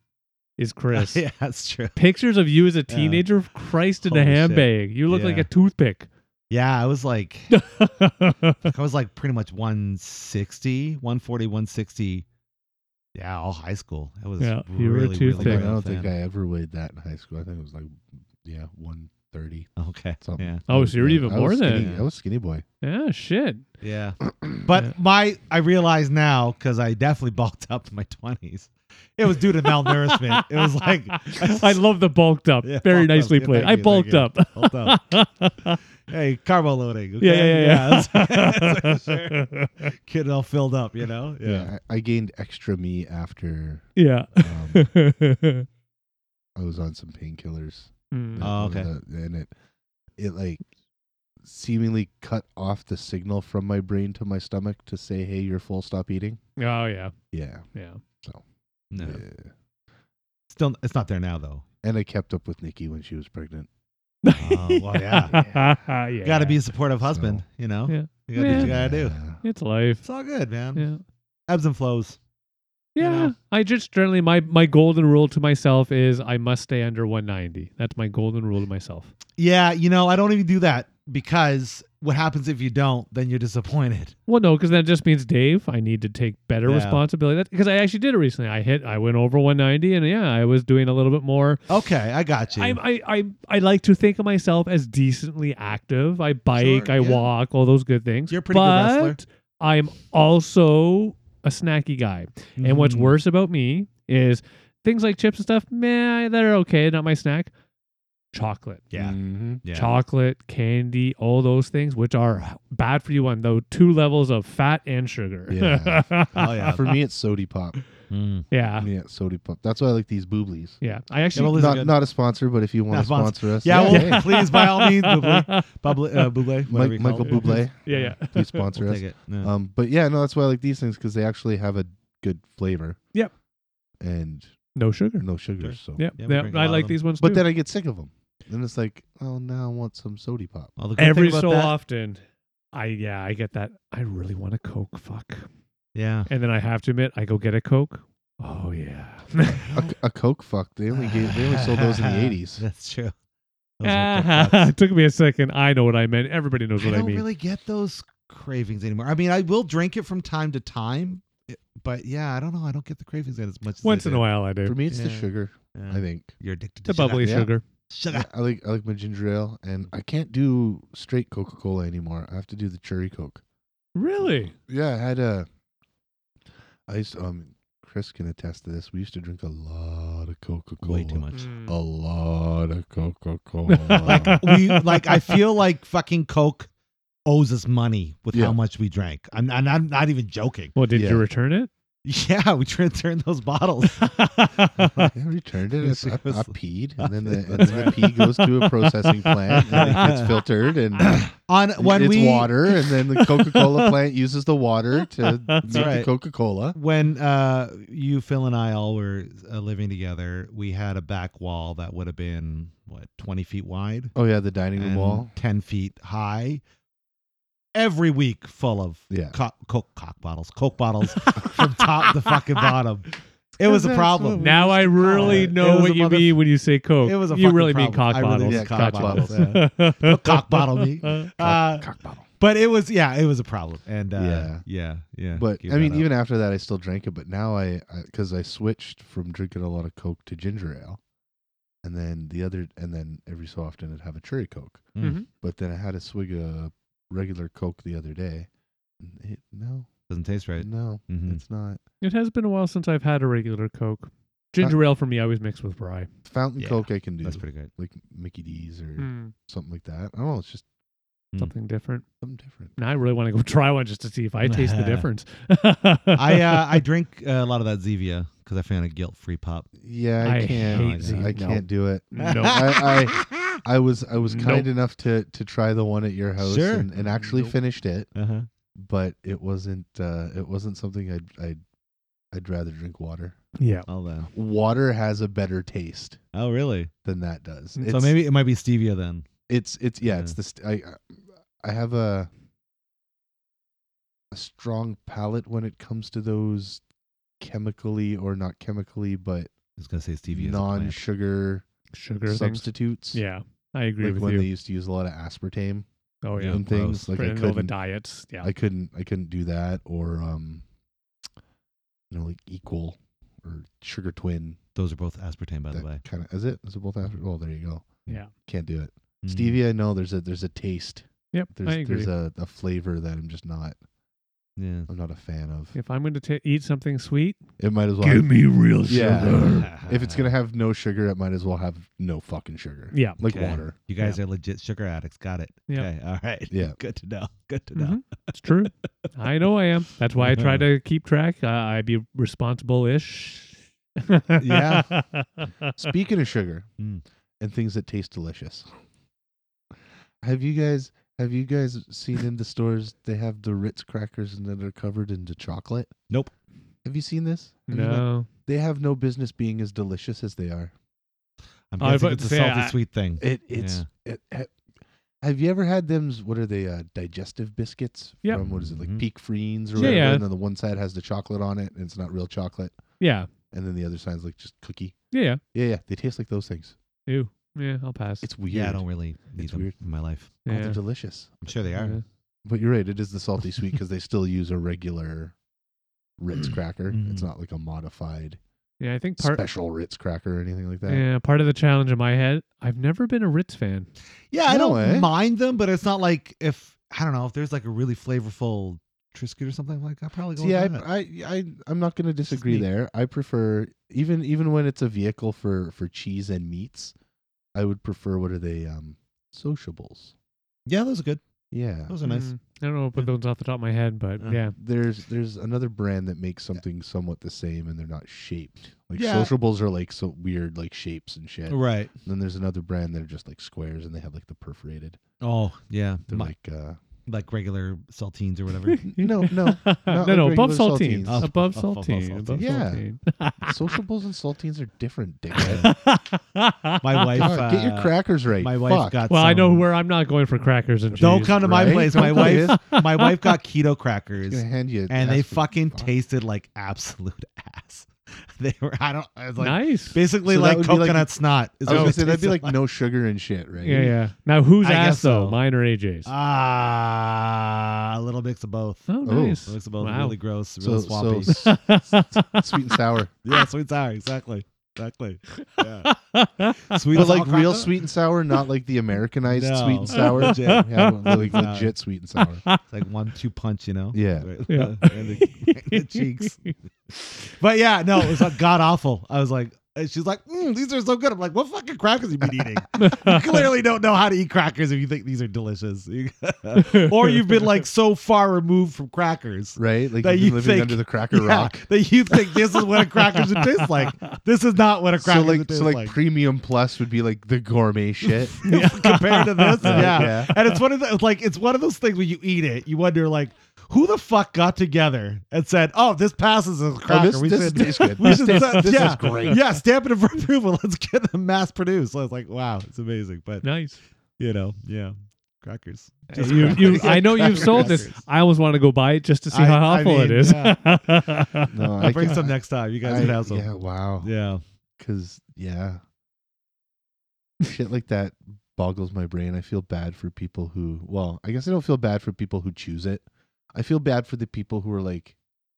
is Chris.
yeah, that's true.
Pictures of you as a
Yeah.
teenager, Christ in a
Holy shit.
handbag. You look like
Yeah.
a toothpick.
Yeah, I was like, I was like pretty much 160, 140, 160. Yeah, all high school. That was
Yeah,
really,
you were a
really
toothpick.
Like,
real
I don't
thin.
think I ever weighed that in high school. I think it was like, yeah, one thirty
Okay.
something.
Yeah.
Oh, so you're
Yeah,
even
I was
more than-
skinny- I was skinny boy.
yeah, shit.
Yeah. But
Yeah.
my I realize now because I definitely bulked up in my twenties. It was due to malnourishment. it was like
I love the bulked up.
Yeah,
Very
bulked up.
nicely
Yeah,
played.
thank
I
you, thank
bulked
you.
up.
Bulked up. hey, carbo loading. okay?
Yeah, yeah, yeah.
that's- that's for sure.
yeah.
Getting all filled up, you know. Yeah.
I, I gained extra me after
yeah.
um, I was on some painkillers.
Mm.
that
Oh,
one of the- and it, it like seemingly cut off the signal from my brain to my stomach to say, "Hey, you're full. Stop eating."
Oh yeah,
Yeah.
yeah.
No.
yeah.
Still, it's not there now though.
And I kept up with Nikki when she was pregnant.
Oh, well, yeah.
yeah.
Got to be a supportive husband,
So-
you know.
Yeah.
You got to do what you
Yeah.
got to do.
It's life.
It's all good, man.
Yeah.
Ebbs and flows.
Yeah.
Um, know?
I just generally my my golden rule to myself is I must stay under 190. That's my golden rule to myself.
Yeah, you know, I don't even do that because what happens if you don't? Then you're disappointed.
Well, no, because that just means Dave. I need to take better
Yeah.
responsibility. Because I actually did it recently. I hit. I went over 190, and yeah, I was doing a little bit more
Okay, I got you.
I, I, I, I like to think of myself as decently active. I bike,
Sure,
I
yeah.
walk, all those good things.
You're a pretty good
But
wrestler.
I'm also a snacky guy. And what's
Mhm.
worse about me is things like chips and stuff, meh, that are okay, not my snack. Chocolate.
Yeah. Yeah.
Chocolate, candy, all those things, which are bad for you on those two levels of fat and sugar.
Yeah.
Oh yeah.
For me, it's sody pop.
Mm.
yeah.
Yeah, sody pop. That's why I like these booblies.
Yeah. I
Yeah,
actually.
well, Those are
Not
good.
not a sponsor, but if you want
Not
to
sponsor.
sponsor us,
Yeah,
Yeah.
well, please by all means, Buble,
yeah,
Buble, uh, Buble whatever
Mike,
you call
Michael
it.
Bublé,
yeah.
please sponsor
We'll
us.
take it. No.
Um, but yeah, no, that's why I like these things because they actually have a good flavor.
Yep.
And
No sugar.
no sugar, so
Yeah.
Yeah,
yeah,
we drink a lot
I
of
like
them.
these ones too.
But then I get sick of them. Then it's like, oh, now I want some sody pop.
Well, the good thing
every
about
so
that-
often i yeah i get that i really want a coke fuck
Yeah.
and then i have to admit i go get a coke oh yeah
A, a Coke fuck. They only gave, they only sold those in the eighties.
That's true. Those are good
it
thoughts.
took me a second i know what i meant everybody knows
I
what i
don't
mean
really get those cravings anymore. I mean, I will drink it from time to time, it- but yeah, I don't know. I don't get the cravings as much. As
once in a while i
For
do
me, it's the
Yeah.
sugar. I think
you're addicted to
the bubbly
Yeah.
sugar
Sugar.
I like I like my ginger ale, and I can't do straight Coca Cola anymore. I have to do the cherry Coke.
really
Yeah, I had a. I used to, um Chris can attest to this. We used to drink a lot of Coca Cola.
Way too much. Oh,
A
Mm.
lot of Coca Cola.
we like I feel like fucking Coke owes us money with
Yeah.
how much we drank. I'm, and I'm not even joking.
well did
Yeah.
you return it
Yeah, we returned those bottles.
I returned it. I, I, I
Seriously.
peed, and then the, and
That's
then the
right.
pee goes to a processing plant, and it gets filtered, and
On when
it's
we
water, and then the Coca Cola plant uses the water to make the
right.
Coca Cola.
when uh you Phil and I all were uh, living together, we had a back wall that would have been what twenty feet wide,
Oh yeah, the dining room
and
wall.
ten feet high. Every week, full of
Yeah.
cock, coke, cock bottles, coke bottles from top to fucking bottom. It was a
That's
problem.
what
Now I really
it. It
know
was
what
a
you
mother-
mean when you say Coke.
It was a
you
fucking
really mean cock
problem. I really mean
bottles.
Yeah,
cock,
cock
bottles.
bottles.
yeah. Don't cock bottle me. Uh,
Cock bottle.
but it was yeah, it was a problem, and uh, yeah,
Yeah.
yeah, yeah.
But
Give
I mean,
that up.
even after that, I still drank it. But now I, because I, switched from drinking a lot of Coke to ginger ale, and then the other, and then every so often I'd have a cherry Coke.
Mhm.
But then I had a swig of regular Coke the other day. and It, no,
doesn't taste right.
no,
Mhm.
it's not.
It has been a while since I've had a regular Coke. Ginger ale for me, I always mix with rye.
Fountain
Yeah,
Coke I can do,
That's pretty good.
like Mickey D's or
Mm,
something like that. I don't know. It's just
Mm.
Something different.
something different.
Now I really want to go try one just to see if I taste the difference.
I uh, I drink uh, a lot of that Zevia because I found a guilt-free pop.
Yeah, I,
I
can't.
hate
I
Zevia. No.
can't do it.
no.
I, I, I was I was kind
Nope.
enough to to try the one at your house
Sure.
and, and actually
Nope.
finished it.
Uh-huh.
but it wasn't uh it wasn't something I'd I'd I'd rather drink water.
Yeah.
All that.
Water has a better taste
Oh, really?
than that does.
So
Mm, so
It's-
maybe it might be stevia then.
it's it's yeah,
Yeah.
it's this I I have a a strong palate when it comes to those chemically or not chemically but
I was gonna say stevia. is a plant.
non-sugar
Sugar things.
substitutes.
Yeah. I agree
Like when
with you.
they used to use a lot of aspartame
oh yeah.
Yeah.
and things
gross.
like
For
I
in the middle of a
couldn't,
diets. Yeah.
I couldn't I couldn't do that or um you know like equal or sugar twin
Those are both aspartame, by the
that
way.
kind of is it is it both after well there you go
yeah.
can't do it
Mm.
stevia no there's a there's a taste
Yep.
there's
I agree.
there's a, a flavor that I'm just not
Yeah.
I'm not a fan of
if I'm going to ta eat something sweet,
it might as well
me real
Yeah. if it's gonna have no sugar it might as well have no fucking sugar
Yeah.
like
Okay.
water
You guys are legit sugar addicts. Got it.
Yeah.
Okay. All right.
Yeah.
Good to know. Good to know.
Mhm. It's true. I know I am. That's why I
Uh-huh.
try to keep track. Uh, I be responsible ish.
Yeah.
speaking of sugar
Mm.
and things that taste delicious have you guys have you guys seen in the stores they have the Ritz crackers and then they're covered into chocolate
Nope.
have you seen this Have you not-
No.
they have no business being as delicious as they are
I'm
I was
guessing
about
it's a
to say,
salty
I-
sweet thing.
It it's it, ha- have you ever had them? What are they? Uh, digestive biscuits
Yep.
from what is it like
Mhm.
Peak Freens or
Yeah,
whatever?
yeah.
And then the one side has the chocolate on it, and it's not real chocolate,
Yeah.
and then the other side's like just cookie.
Yeah.
Yeah, yeah, they taste like those things.
Yeah. Ew. Yeah. I'll pass.
It's weird.
yeah, I don't really need
It's
them
weird.
in my life.
Oh,
yeah.
they're delicious.
I'm sure they are.
Yeah.
But you're right. It is the salty sweet because they still use a regular Ritz cracker.
Mhm.
It's not like a modified
Yeah, I think part.
special Ritz cracker or anything like that.
Yeah, part of the challenge in my head. I've never been a Ritz fan.
Yeah, I
No eh?
don't
way.
mind them, but it's not like if I don't know if there's like a really flavorful Triscuit or something like I probably go.
See, I,
with that.
I, I, I'm not going to
just
disagree
neat.
there. I prefer even even when it's a vehicle for for cheese and meats, I would prefer what are they um sociables?
yeah, those are good.
Yeah,
Those are nice.
Mm, I don't know if those off the top of my head, but
Yeah.
yeah.
there's there's another brand that makes something somewhat the same and they're not shaped. Like
Yeah.
sociables are like so weird like shapes and shit.
Right.
And then there's another brand that are just like squares and they have like the perforated.
Oh yeah,
They're
Mi- like,
like uh
regular saltines or whatever.
No, no,
no,
like
no. Above
regular
saltines. Above
saltines.
Above
saltine.
saltines.
Above
Yeah.
saltine.
sociables and saltines are different. Dickhead.
My wife,
God, get
uh,
your crackers right.
my wife
Fuck.
got.
Well, I know
some-
where I'm not going for crackers and cheese.
Don't come to my
right?
place. My
Don't
wife, my wife got keto crackers,
Gonna hand you
and they
aspirin.
fucking
Fuck.
tasted like absolute ass. They were. I don't. I was like
nice.
basically
So that
like
would be like-
coconut snot. is
I was
what
gonna
it
say that'd be
tasted
like no sugar and shit, right?
Yeah, yeah. Now who's
I
ass
guess
though?
so.
Mine or AJ's?
Ah, a little mix of both.
oh,
oh,
nice.
It looks about
wow.
really gross,
So,
really
so
swampy.
s- sweet and sour,
yeah, sweet and sour, exactly, exactly. Yeah. Sweet,
but
and sour
like real
cracker?
sweet and sour, not like the Americanized sweet
No.
and sour.
Legit.
Yeah, like
Nah.
legit sweet and sour.
It's like one two punch, you know.
Yeah.
Right-
Yeah.
right in the, right in the cheeks. But yeah, no, it was like god awful. I was like, And she's like, mm, these are so good. I'm like, what fucking crackers have you been eating? you clearly don't know how to eat crackers if you think these are delicious. or you've been like so far removed from crackers
right? Like
That
you've
you
been living
think-
under the cracker
Yeah,
rock.
that you think this is what a cracker should taste like. This is not what a cracker
So like,
should taste
so like,
like.
premium plus would be like the gourmet shit.
compared to this,
Uh,
yeah. And it's one of the, like it's one of those things when you eat it, you wonder like who the fuck got together and said, "Oh, this passes as a
Oh,
cracker."
this,
we
this
should,
tastes good.
we
This,
should
tastes-
set-
this
yeah,
is great.
yeah, stamp it for approval. Let's get them mass produced. So I was like, wow, it's amazing. But
nice.
you know, yeah, crackers. Just
You,
crackers.
you, I know you've
Crackers.
sold this. I always want to go buy it just to see
I-
how
I
awful it
mean,
is.
yeah.
No,
I'll
I
bring
ca-
some next time. You guys
I-
can have some.
Yeah, wow.
yeah.
Because yeah, shit like that boggles my brain. I feel bad for people who. Well, I guess I don't feel bad for people who choose it. I feel bad for the people who are like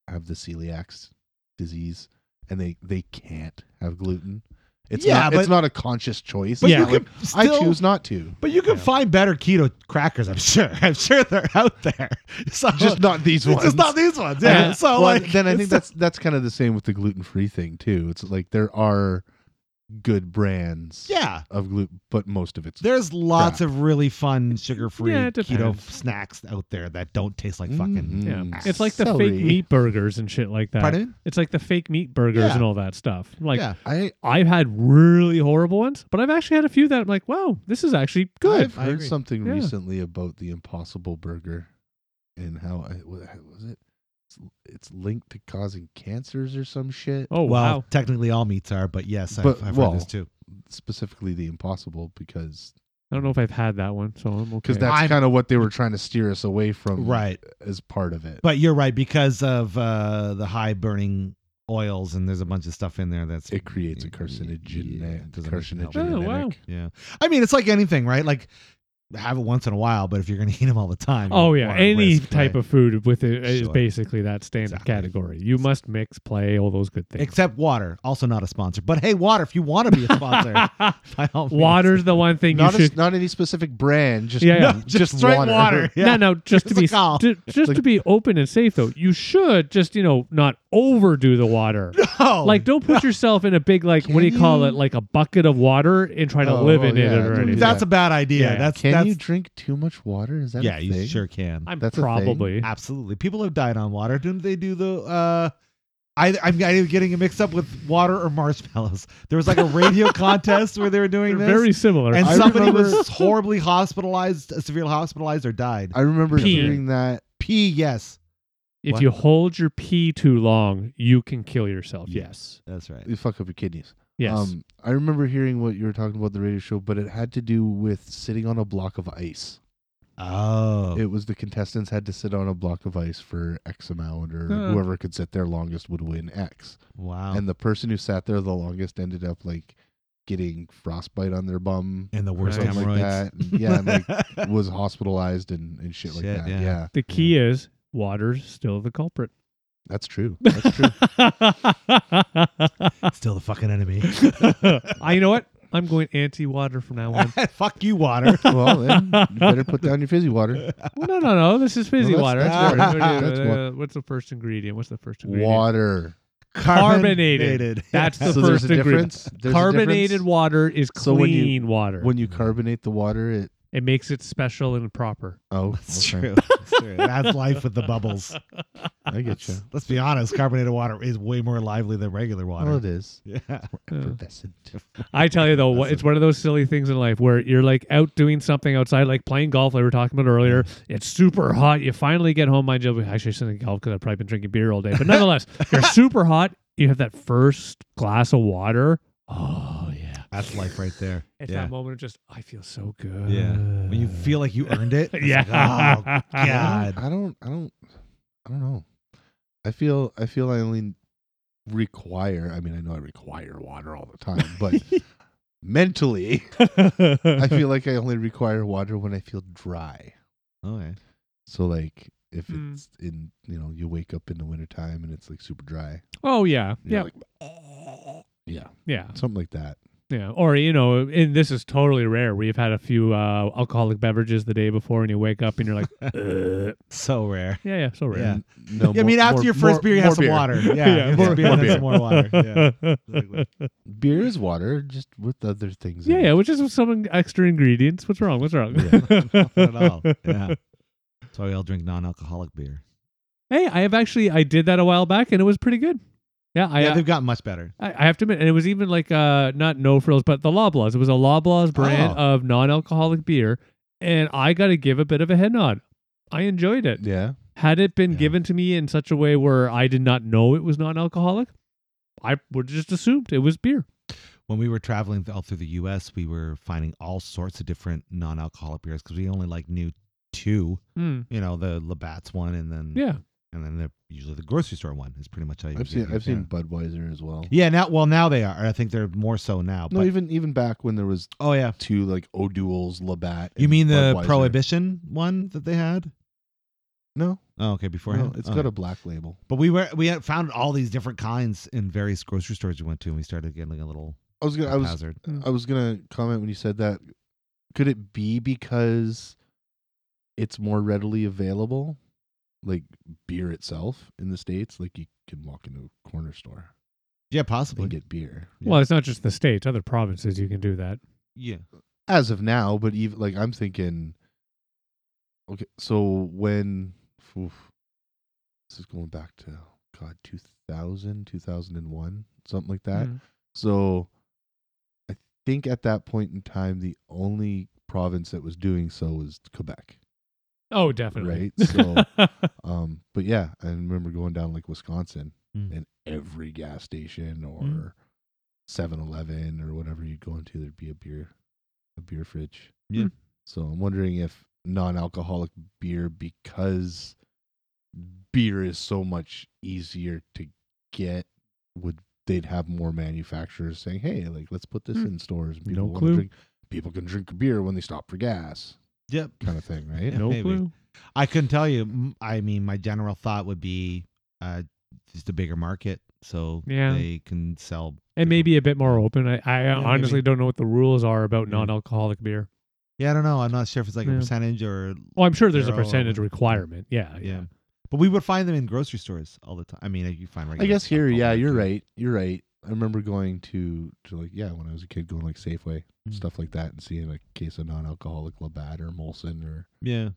have the celiac disease and they they can't have gluten. It's
Yeah,
not,
but-
it's not a conscious choice.
But
It's
you
not like,
can still,
I choose not to.
But you can
Yeah.
find better keto crackers, I'm sure. I'm sure they're out there. So,
Just not these
it's
ones.
just not these ones. Yeah.
Yeah.
So
Well,
like
then I
it's
think that's that's kind of the same with the gluten free thing too. It's like there are good brands
yeah.
of gluten, but most of it's
There's lots of really fun sugar-free
Yeah, it
keto
depends. Mm-hmm.
snacks out there that don't taste like fucking.
Yeah.
Mm.
It's like the
Celery.
fake meat burgers and shit like that.
Pardon?
It's like the fake meat burgers
Yeah.
and all that stuff. Like
yeah.
I
I've had really horrible ones, but I've actually had a few that I'm like, wow, this is actually good.
I've
I
heard
agree.
something
Yeah.
recently about the Impossible Burger and how I, what how was it? It's, it's linked to causing cancers or some shit.
oh
well,
wow.
technically all meats are, but yes, I've,
But-
I've
well,
heard this too.
Specifically, the Impossible because
I don't know if I've had that one, so I'm okay.
because that's
I'm-
kind of what they were trying to steer us away
um,
from,
Right.
As part of it,
But you're right because of uh, the high burning oils and there's a bunch of stuff in there that's
it creates a
Yeah,
carcinogen.
doesn't make it
carcinogen.
help.
Oh, wow.
Yeah. I mean, it's like anything, right? Like have it once in a while, but if you're going to eat them all the time.
Oh yeah, any type of food with it is
Sure.
basically that standard
Exactly.
category. You must mix, play, all those good things.
Except water, also not a sponsor. But hey, water, if you want to be a sponsor, by all means.
Water's the one thing
Not
you
a s-
should.
not any specific brand. Just
Yeah,
No,
yeah.
just, straight water. Yeah.
No, no. Just to
It's a
be
call.
to, just
like-
to be open and safe, though, you should just you know not overdo the water.
No.
Like, don't put yourself in a big like what do you
Can
call
you-
it? Like a bucket of water and try to
Oh,
live
oh,
in
yeah,
it or
don't do
anything.
that's a bad idea.
Yeah.
That's that's
Can you drink too much water? Is that a
Yeah, you
thing?
sure can.
I'm
That's a thing.
probably.
Absolutely. People have died on water. Didn't they do the uh I, I'm either getting it mixed up with water or marshmallows. There was like a radio contest where they were doing
They're
this.
very similar.
and
I
somebody
remember-
was horribly hospitalized, severely hospitalized, or died.
I remember
Pee.
hearing that.
P. Yes,
if
What?
you hold your pee too long, you can kill yourself. Yes.
that's right.
You fuck up your kidneys.
Yes.
Um, I remember hearing what you were talking about the radio show, but it had to do with sitting on a block of ice.
Oh,
It was the contestants had to sit on a block of ice for X amount, or
Huh.
whoever could sit there longest would win X.
wow.
And the person who sat there the longest ended up like getting frostbite on their bum,
And the worst
Right.
something like
hemorrhoids.
that. And, yeah, and, like was hospitalized and, and shit, like
Shit,
that.
yeah.
Yeah.
the key is water's still the culprit.
that's true. That's true.
Still the fucking enemy.
I you know what? I'm going anti water from now on.
Fuck you, water.
well, then you better put down your fizzy water.
Well, no, no, no. This is fizzy
that's-
water.
that's
That's
water.
what-
That's wa-
uh, What's the first ingredient? What's the first ingredient?
Water.
Carbonated. That's the
So
first
there's a
ingredient.
difference. There's a
Carbonated
difference.
water is clean
So when you-
water.
When you carbonate the water, it
it makes it special and proper.
oh,
That's
okay.
true. That's true. That's life with the bubbles.
I get you.
Let's be honest. Carbonated water is way more lively than regular water.
Well, it is.
yeah.
Uh,
Effervescent.
I tell you though, wha-
That's
it's one of those silly things in life where you're like out doing something outside, like playing golf, like we were talking about earlier. It's super hot. You finally get home. My job, actually, I shouldn't golf because I've probably been drinking beer all day. But nonetheless, you're super hot. You have that first glass of water. Oh yeah,
That's life right there.
it's
yeah.
that moment of just I feel so good.
Yeah. When you feel like you earned it. it's
yeah.
like, oh,
I
God.
don't, I don't. I don't. I don't know. I feel. I feel. I only require. I mean, I know I require water all the time, but mentally,
"Oh,
I feel like I only require water when I feel dry.
Okay.
So, like, if
Mm.
it's in, you know, you wake up in the wintertime and it's like super dry.
oh yeah,
you're
yeah,
like, yeah,
yeah.
something like that.
Yeah, or you know, and this is totally rare. We've had a few uh, alcoholic beverages the day before, and you wake up and you're like, Ugh.
So rare.
yeah, yeah, so rare.
Yeah.
N- No,
I
more-
mean, after
more-
your first
more-
beer, you
more
have some water. Yeah, you have
more-
some beer,
more
and then
beer.
some more water. Yeah.
yeah.
Exactly.
Beer is water, just with other things. in
yeah,
it.
which is with some extra ingredients. What's wrong? What's wrong?
Yeah.
Not at all. Yeah. That's why we all drink non-alcoholic beer.
Hey, I have actually I did that a while back, and it was pretty good. Yeah, I uh,
yeah, they've gotten much better.
I, I have to admit, and it was even like uh not no frills, but the Loblaws. It was a Loblaws brand
Oh.
of non-alcoholic beer, and I got to give a bit of a head nod. I enjoyed it.
Yeah.
Had it been
Yeah.
given to me in such a way where I did not know it was non-alcoholic, I would just assumed it was beer.
When we were traveling all through the U.S., we were finding all sorts of different non-alcoholic beers because we only like knew two. You know, the Labatt's one, and then
Yeah,
and then the, usually the grocery store one is pretty much how you
I've
get
seen
these,
I've
yeah.
seen Budweiser as well.
Yeah, now well now they are. I think they're more so now.
No,
but-
even even back when there was uh,
oh yeah.
two like O'Doul's, Labatt.
You
and
mean the
Budweiser.
prohibition one that they had?
No,
Oh, okay,
no,
beforehand.
it's
Okay.
got a black label.
But we were we had found all these different kinds in various grocery stores we went to, and we started getting a little
I was gonna I was
hazard.
I was gonna comment when you said that. Could it be because it's more readily available, like beer itself in the states? Like you can walk into a corner store
Yeah,
and
possibly.
get beer.
Well, it's not just the states; other provinces you can do that.
Yeah,
as of now, but even like I'm thinking, okay, so when oof, this is going back to God 2000, 2001, something like that.
Hmm.
Mm.
So I think at that point in time, the only province that was doing so was Quebec.
Oh, definitely.
Right, so- Um, but yeah, I remember going down like Wisconsin
Mm.
and every gas station
Mm.
or 7 Eleven or whatever you'd go into, there'd be a beer, a beer fridge.
yeah.
Mm.
So I'm wondering if non-alcoholic beer because beer is so much easier to get would they'd have more manufacturers saying, "Hey, like let's put this
Hmm.
in stores. and
No
wanna
clue.
Drink, people can drink beer when they stop for gas."
Yep.
Kind of thing, right?
Yeah,
no
maybe.
clue.
I couldn't tell you. M- I mean, my general thought would be uh, just a bigger market, so
Yeah.
they can sell.
And maybe a bit more open. I, I
Yeah,
honestly
maybe.
don't know what the rules are about
Yeah.
non-alcoholic beer.
Yeah, I don't know. I'm not sure if it's like a
Yeah.
percentage or.
Well, I'm sure there's a
Zero or
percentage
whatever.
requirement.
Oh,
Yeah,
Yeah. But we would find them in grocery stores all the time. I mean, you find
I
regular
guess here,
alcohol
yeah,
there,
you're
too.
right. You're right. I remember going to to like yeah, when I was a kid, going like Safeway,
Mm.
stuff like that, and seeing a case of non-alcoholic Labatt or Molson or
Yeah.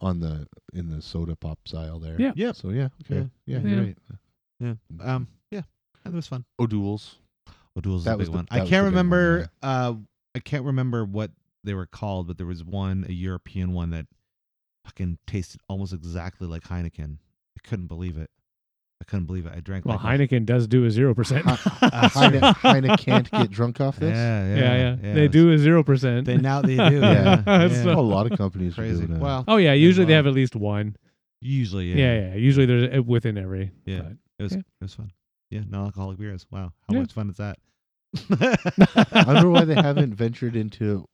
on the in the soda pop aisle there.
Yeah.
Yep.
So yeah, okay. Yeah,
Yeah.
you're
Yeah.
right. Mm.
Yeah. Um. Yeah. That was fun.
O'Doul's.
O'Doul's is
That
a
was
big
the-
one.
that
I
was
can't
the big one,
remember. uh, I can't remember what they were called, but there was one, a European one that fucking tasted almost exactly like Heineken. I couldn't believe it. I couldn't believe it. I drank.
Well,
like a-
Heineken does do a zero percent.
Uh, Heine, Heine can't get drunk off this.
Yeah, yeah,
Yeah, yeah, They do a zero percent.
They now they do. Yeah,
Yeah.
yeah.
So-
a lot of companies are
crazy.
doing that.
Well,
Oh yeah,
They
usually they
will.
have at least one.
usually,
Yeah,
yeah,
yeah. Usually there's uh, within every.
Yeah.
but-
It was
Yeah.
it was fun. Yeah, non-alcoholic beers. Wow, how
Yeah.
much fun is that?
I wonder why they haven't ventured into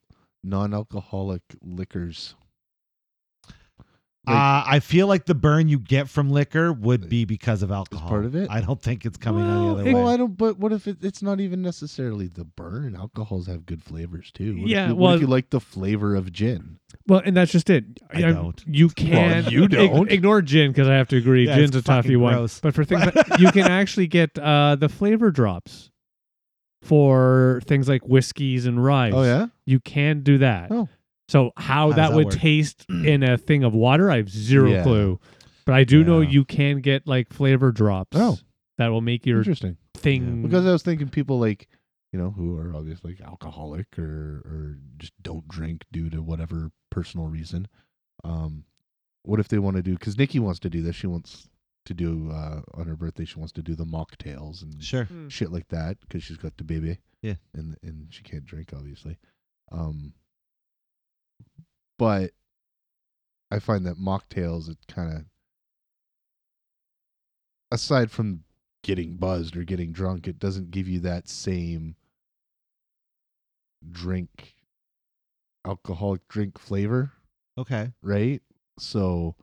non-alcoholic liquors. Like-
Uh, I feel like the burn you get from liquor would be because of alcohol.
part of it?
I don't think it's coming
Well,
any other
it-
way.
Well, I don't. But what if it, it's not even necessarily the burn? Alcohols have good flavors too. What if
Yeah,
you- what
well-
if you like the flavor of gin?
Well, and that's just it.
I
I'm-
don't.
You can
you
ig-
don't.
ignore gin because I have to agree,
Yeah,
gin's
it's
a toughy
fucking
one.
gross.
But for things like, you can actually get uh, the flavor drops for things like whiskeys and ryes.
Oh yeah,
you can do that.
Oh.
So how,
does
that,
that
would
work?
taste in a thing of water, I have zero
Yeah.
clue. But I do know
Yeah.
you can get like flavor drops.
Oh.
That will make your
interesting.
thing
Because I was thinking people like you know who are obviously like alcoholic or or just don't drink due to whatever personal reason. Um, what if they want to do? Because Nikki wants to do this. She wants to do uh, on her birthday. She wants to do the mocktails and
sure.
shit like that because she's got the baby.
Yeah.
and and she can't drink obviously. Um, but I find that mocktails it kind of aside from getting buzzed or getting drunk, it doesn't give you that same drink alcoholic drink flavor
Okay.
right? So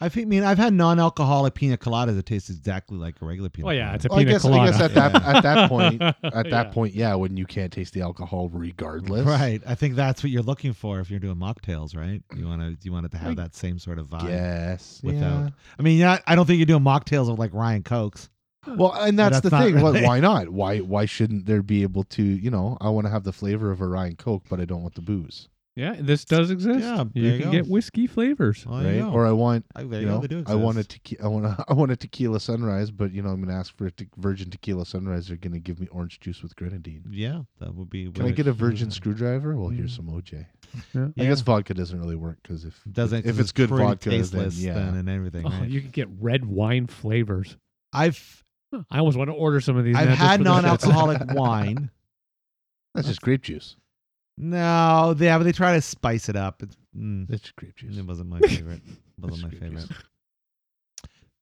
I think- I mean, I've had non-alcoholic pina coladas that taste exactly like a regular pina.
Well, Oh,
colada.
yeah, it's a
Well, I
pina
guess- I
colada.
guess at
that-
at that point- At that
Yeah.
point, yeah, when you can't taste the alcohol regardless.
Right. I think that's what you're looking for if you're doing mocktails, right? You want to you want it to have
Like-
that same sort of vibe.
Yes.
Without- I mean, yeah, I don't think you're doing mocktails of like Ryan Cokes.
yeah. Well, and that's,
that's
the
not
thing. Why-
really-
Why not? Why why shouldn't there be able to, you know, I want to have the flavor of a Ryan Coke, but I don't want the booze.
yeah, this does exist.
Yeah, there
you
you
can
go.
get whiskey flavors.
Well,
right?
there you go.
Or I want
I, there you
you
go,
know,
they do
I want a
exist.
tequila. I want a, I want a tequila sunrise, but you know, I'm gonna ask for a te- virgin tequila sunrise. They're gonna give me orange juice with grenadine.
Yeah, that would be.
Can
what
I
it
get a
should be
virgin
like.
screwdriver? Well, here's
Mm.
some OJ.
Yeah.
Yeah.
I guess vodka doesn't really work because if
Doesn't
if
'cause
it's good
pretty
vodka, then
tasteless
yeah.
then and everything.
Oh,
right?
you can get red wine flavors.
I've
I always want to order some of these.
I've
now just
had
for the-
non-alcoholic wine.
that's just grape juice.
No, they have. They try to spice it up. It's, mm,
That's just grape juice.
it wasn't my favorite. wasn't
That's
my
grape
favorite.
juice.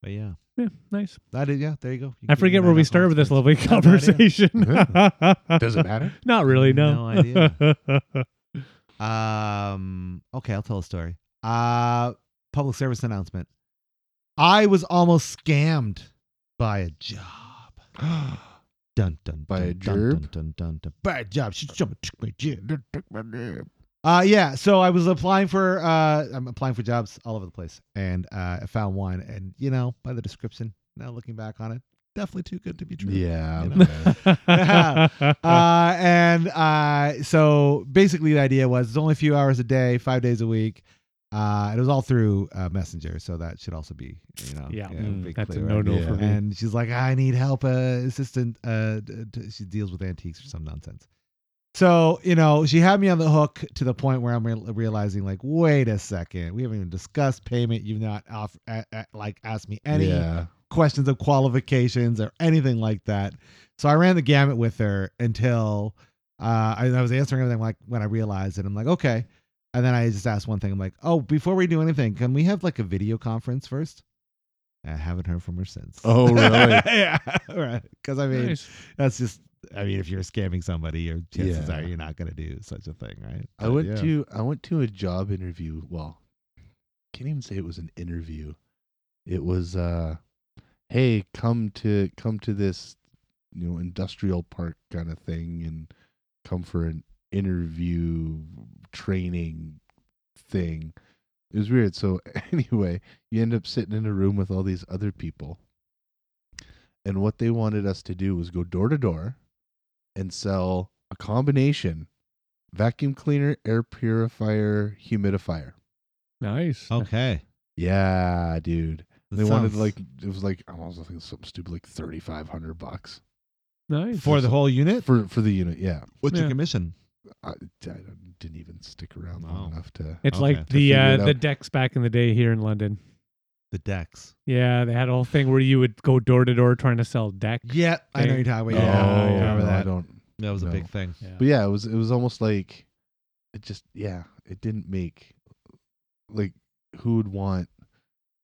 But yeah,
Yeah, nice.
that is. Yeah, there you go. You can
I
get
forget where we started with this
non-alcoholic
lovely
No idea.
conversation.
Does it matter?
Not really. No.
No idea. spice. Um. Okay, I'll tell a story. Uh, public service announcement. I was almost scammed by a job. Dun dun
By a
dun, dun,
gerb?
Dun, dun, dun, dun. By a job. She someone took my job.
That's
Uh, yeah. So I was applying for uh, I'm applying for jobs all over the place, and uh, I found one, and you know, by the description, now looking back on it, definitely too good to be true.
yeah.
You know?
okay.
Uh, and uh, so basically, the idea was it's only a few hours a day, five days a week. Uh, it was all through uh, Messenger, so that should also be, you know,
Yeah.
Mm,
big
That's a
clue, right?
no no
Yeah.
for me.
and she's like, I need help, uh, assistant. Uh, d- d- she deals with antiques or some nonsense. So you know, she had me on the hook to the point where I'm re- realizing, like, wait a second, we haven't even discussed payment. You've not off- a- a- like asked me any
yeah.
questions of qualifications or anything like that. So I ran the gamut with her until uh, I, I was answering everything like when I realized it. I'm like, okay. And then I just asked one thing. I'm like, oh, before we do anything, can we have like a video conference first? I haven't heard from her since.
Oh, really?
yeah. Right. Because I mean,
Nice.
that's just. I mean, if you're scamming somebody, your chances
Yeah.
are you're not going to do such a thing, right?
I
But
went
yeah.
to I went to a job interview. Well, can't even say it was an interview. It was uh hey, come to come to this you know industrial park kind of thing and come for an interview training thing. It was weird. So anyway, you end up sitting in a room with all these other people. And what they wanted us to do was go door to door and sell a combination vacuum cleaner, air purifier, humidifier.
Nice.
Okay.
Yeah, dude.
That
they wanted
sounds-
like it was like I was thinking something stupid like thirty five hundred bucks
Nice.
for the whole unit.
for for the unit. Yeah,
What's your
Yeah.
commission?
I, I don't- didn't even stick around
Wow.
long enough to.
Okay.
It's
To
like the
figure it
uh, the
out.
decks back in the day here in London.
The decks.
Yeah, they had a whole thing where you would go door to door trying to sell deck.
Yeah, I know
Thing.
you're talking
Yeah,
about. Yeah,
yeah.
I remember
no, Oh, I
that.
don't.
That was a
No.
big thing.
Yeah.
But yeah, it was it was almost like it just yeah it didn't make like who would want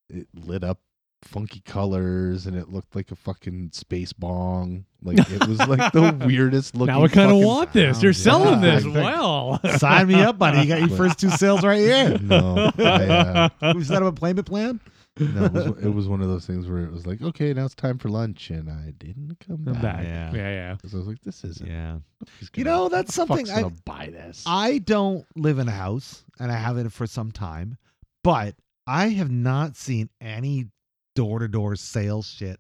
it lit up funky colors and it looked like a fucking space bong like it was like the weirdest looking
now I kind of
fucking
want this.
sound.
You're
Yeah,
selling this.
exactly.
Well,
Sign me up, buddy. You got your first two sales right here.
no, I, uh,
We set up a payment plan.
no, it was, it was one of those things where it was like, okay, now it's time for lunch, and I didn't come
I'm
back.
back.
Yeah.
Yeah, yeah.
'Cause I was like, this isn't.
Yeah.
nobody's
You
gonna-
know, that's
who the
something
fuck's
I
gonna buy this.
I don't live in a house and I haven't for some time, but I have not seen any door-to-door sales shit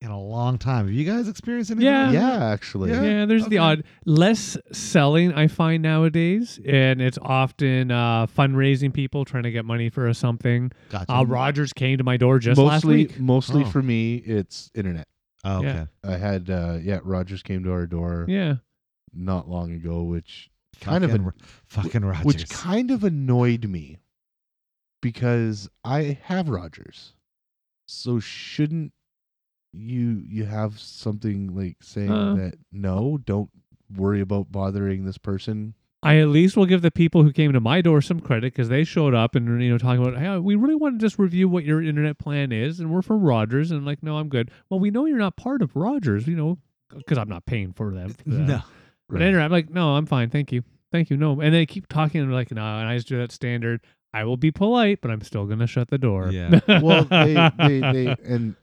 in a long time. Have you guys experienced any? of
Yeah.
that?
yeah, actually,
Yeah.
Yeah, there's
okay.
the odd less selling I find nowadays, and it's often uh, fundraising people trying to get money for a something.
Gotcha.
Uh, Rogers came to my door just
mostly,
last week.
mostly
Oh.
for me, it's internet.
Oh, okay.
yeah.
I had, uh, yeah, Rogers came to our door
Yeah,
not long ago, which Kind of
fucking,
an-
Ro- fucking Rogers.
which kind of annoyed me because I have Rogers, so shouldn't you you have something like saying
Uh.
that no, don't worry about bothering this person?
I at least will give the people who came to my door some credit because they showed up and you know talking about hey, we really want to just review what your internet plan is, and we're from Rogers, and I'm like no, I'm good. Well, we know you're not part of Rogers, you know, because I'm not paying for them. for that.
no.
But anyway, I'm like, no, I'm fine, thank you, thank you, no. And they keep talking, and they're like, no, and I just do that standard. I will be polite, but I'm still gonna shut the door.
Yeah.
well they, they they and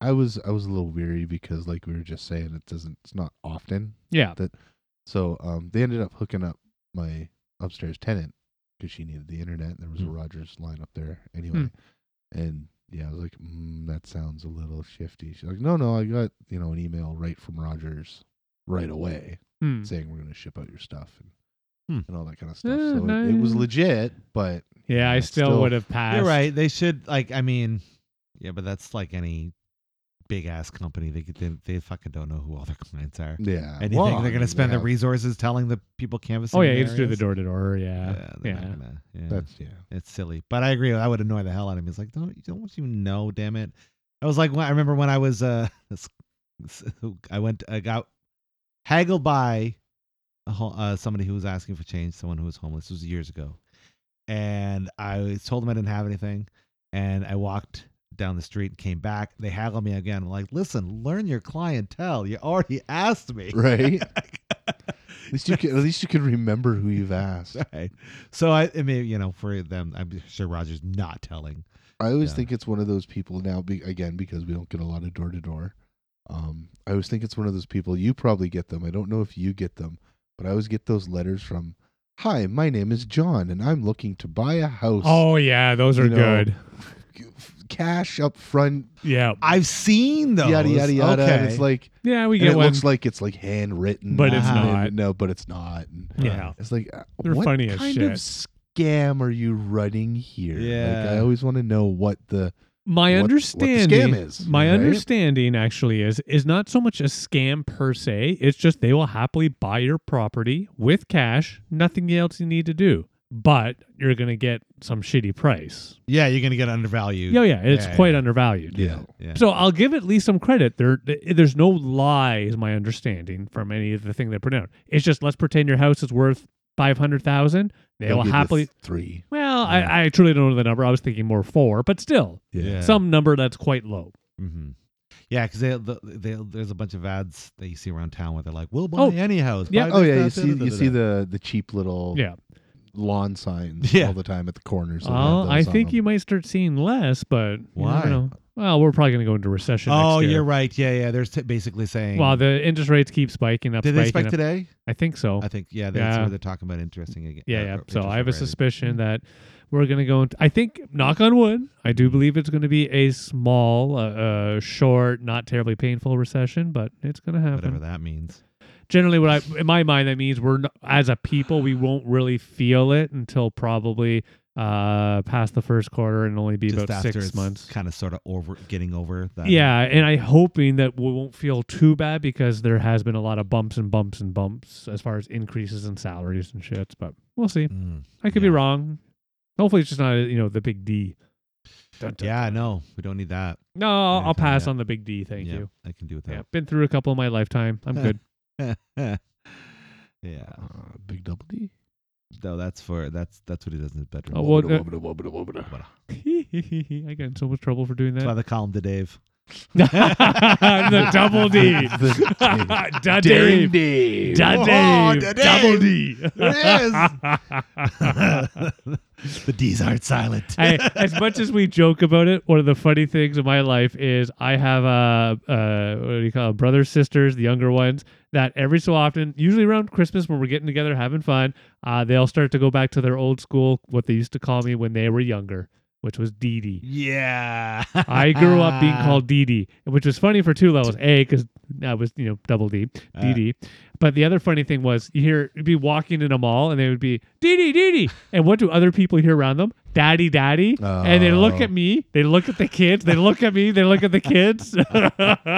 i was i was a little weary because like we were just saying it doesn't it's not often
yeah.
so um they ended up hooking up my upstairs tenant because she needed the internet there was a
Hmm.
rogers line up there anyway and yeah i was like mm, that sounds a little shifty she's like no no i got you know an email right from rogers right away
Hmm.
saying we're going to ship out your stuff and,
Hmm.
and all that kind of stuff
Eh,
so
no,
it, it was
yeah.
legit but
Yeah, I
Yeah,
still,
still-
would have passed.
You're right. They should like. I mean, yeah, but that's like any big ass company. They, could- they they fucking don't know who all their clients are,
yeah
and you
well,
think they're
I
gonna
mean, they
spend the
have-
resources telling the people canvassing.
Oh yeah,
the
you just do the
areas?
door to door.
Yeah,
Yeah.
they're
Yeah.
not gonna- yeah.
that's yeah
It's silly, but I agree. I would annoy the hell out of him. It's like, don't, don't you know? Damn it! I was like, when, I remember when I was, uh, I went, I got haggled by a, ho- uh, somebody who was asking for change, someone who was homeless. This was years ago, and I told them I didn't have anything, and I walked down the street and came back. They haggled me again. I'm like, listen, learn your clientele. You already asked me.
right? at least you can at least you can remember who you've asked.
Right. So I, I mean, you know, for them, I'm sure Roger's not telling.
I always
Yeah.
think it's one of those people now be, again because we don't get a lot of door to door. Um, I always think it's one of those people. You probably get them. I don't know if you get them, but I always get those letters from, "Hi, my name is John, and I'm looking to buy a house.
Oh yeah, those are
You know,
good.
cash up front,
Yeah.
I've seen those.
yada yada yada."
Okay.
And it's like,
Yeah, we
and
get
it
one.
looks like it's like handwritten,
But
it's
and-
not.
No, but it's not. And-
yeah.
It's like uh,
They're
what
funny as
kind
shit.
of scam are you running here?
Yeah.
like, I always want to know what the
My
what- what the
understanding
scam is,
My
right?
understanding actually is is not so much a scam per se. It's just they will happily buy your property with cash, nothing else you need to do. But you're gonna get some shitty price.
Yeah, you're gonna get undervalued.
Yeah, yeah, it's
Yeah,
quite
yeah.
undervalued.
Yeah.
yeah.
So I'll give at least some credit. There, there's no lie, is my understanding from any of the thing they put down. It's just let's pretend your house is worth five hundred thousand. They
They'll
will
give you
happily.
three.
Well,
Yeah.
I, I truly don't know the number. I was thinking more four, but still,
Yeah.
some number that's quite low.
mm-hmm. yeah, because they, the- they, there's a bunch of ads that you see around town where they're like, "We'll buy
Oh,
any house."
yeah.
buy
Oh
this,
yeah, you
that,
see
da, da,
you
da,
see
da."
the the cheap little
Yeah.
lawn signs
Yeah.
all the time at the corners. that have
Well,
those
Uh, I
on
think
them.
you might start seeing less, but you
Why?
never know. Well, we're probably going to go into recession.
Oh,
next year.
you're right. Yeah, yeah. They're t- basically saying.
Well, the interest rates keep spiking up.
did they
spiking
spike
up.
today?
I think so.
I think yeah. That's
Yeah.
where they're talking about interesting again.
yeah,
uh,
yeah.
or
So
interest
I have a
rate.
suspicion that we're going to go into. I think, knock on wood, I do believe it's going to be a small, uh, uh, short, not terribly painful recession, but it's going to happen.
whatever that means.
Generally, what I in my mind that means we're n as a people we won't really feel it until probably uh past the first quarter and only be
Just
about
after
six
it's
months.
kind of sort of over getting over that.
Yeah, and I'm hoping that we won't feel too bad because there has been a lot of bumps and bumps and bumps as far as increases in salaries and shits. But we'll see.
Mm.
I could
Yeah.
be wrong. Hopefully, it's just not you know the big D. Dun, dun,
Yeah.
dun.
No, we don't need that.
No, I'll,
Yeah,
I'll pass
yeah.
on the big D. Thank
Yeah,
you.
I can do
Yeah,
without.
been through a couple in my lifetime. I'm good.
Yeah. yeah.
Uh, big double D.
No, that's for that's that's what he does in his bedroom.
Oh, well,
Wubba-da,
uh,
wubba-da, wubba-da, wubba-da.
I got in so much trouble for doing that.
By the column to Dave.
the double D.
The
da
Daring
Dave.
Dave.
Da
Oh,
Dave.
da
Double D.
the D's aren't silent.
hey, as much as we joke about it, one of the funny things in my life is I have uh, uh, what do you call it, brothers, sisters, the younger ones that every so often, usually around Christmas when we're getting together having fun, uh, they'll start to go back to their old school, what they used to call me when they were younger, which was Dee Dee.
yeah.
I grew up
Ah.
being called Dee Dee, which was funny for two levels. A, because that was, you know, double D,
Ah.
Dee Dee. But the other funny thing was you hear, you'd be walking in a mall and they would be, Dee Dee, Dee Dee. And what do other people hear around them? Daddy, Daddy. And they look
Oh.
at me, they look at the kids, they look at me, they look at the kids.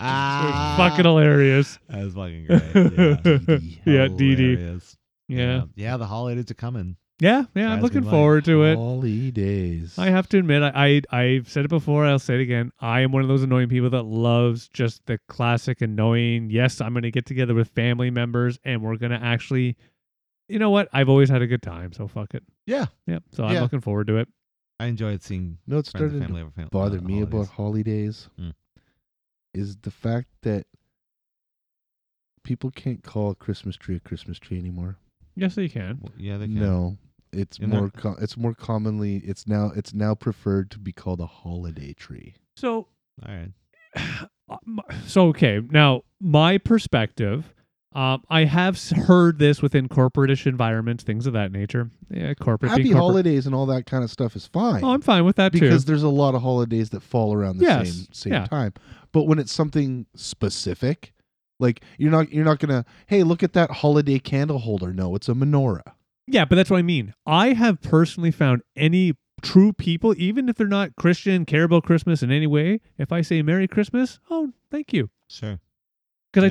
Ah.
Fucking hilarious.
That was fucking great. Yeah.
D.
Yeah, Dee Dee.
Hilarious.
Yeah.
Yeah, the holidays are coming.
Yeah. Yeah.
Drives
I'm
me
looking
wild.
forward to it.
Holidays.
I have to admit, I, I I've said it before. I'll say it again. I am one of those annoying people that loves just the classic annoying. Yes, I'm going to get together with family members, and we're going to actually, you know what? I've always had a good time, so fuck it.
Yeah.
Yep. So
Yeah.
I'm looking forward to it.
I enjoyed seeing
no, it
friends and
started
family
to
over uh, family.
bother me about holidays
Mm.
is the fact that people can't call a Christmas tree a Christmas tree anymore.
Yes, you can.
Yeah, they can.
No, It's
And they're-
more com- it's more commonly it's now it's now preferred to be called a holiday tree.
So
All right.
Um, so okay now my perspective um, i have s- heard this within corporatish environments things of that nature yeah corporate
Happy
being corporate.
holidays and all that kind of stuff is fine.
oh i'm fine with that
because
too
there's a lot of holidays that fall around the
Yes,
same same
yeah.
time. But when it's something specific, like you're not you're not gonna hey look at that holiday candle holder. No, it's a menorah.
yeah but that's what i mean i have personally found any true people even if they're not christian care about christmas in any way if i say merry christmas oh thank you
Sure.
because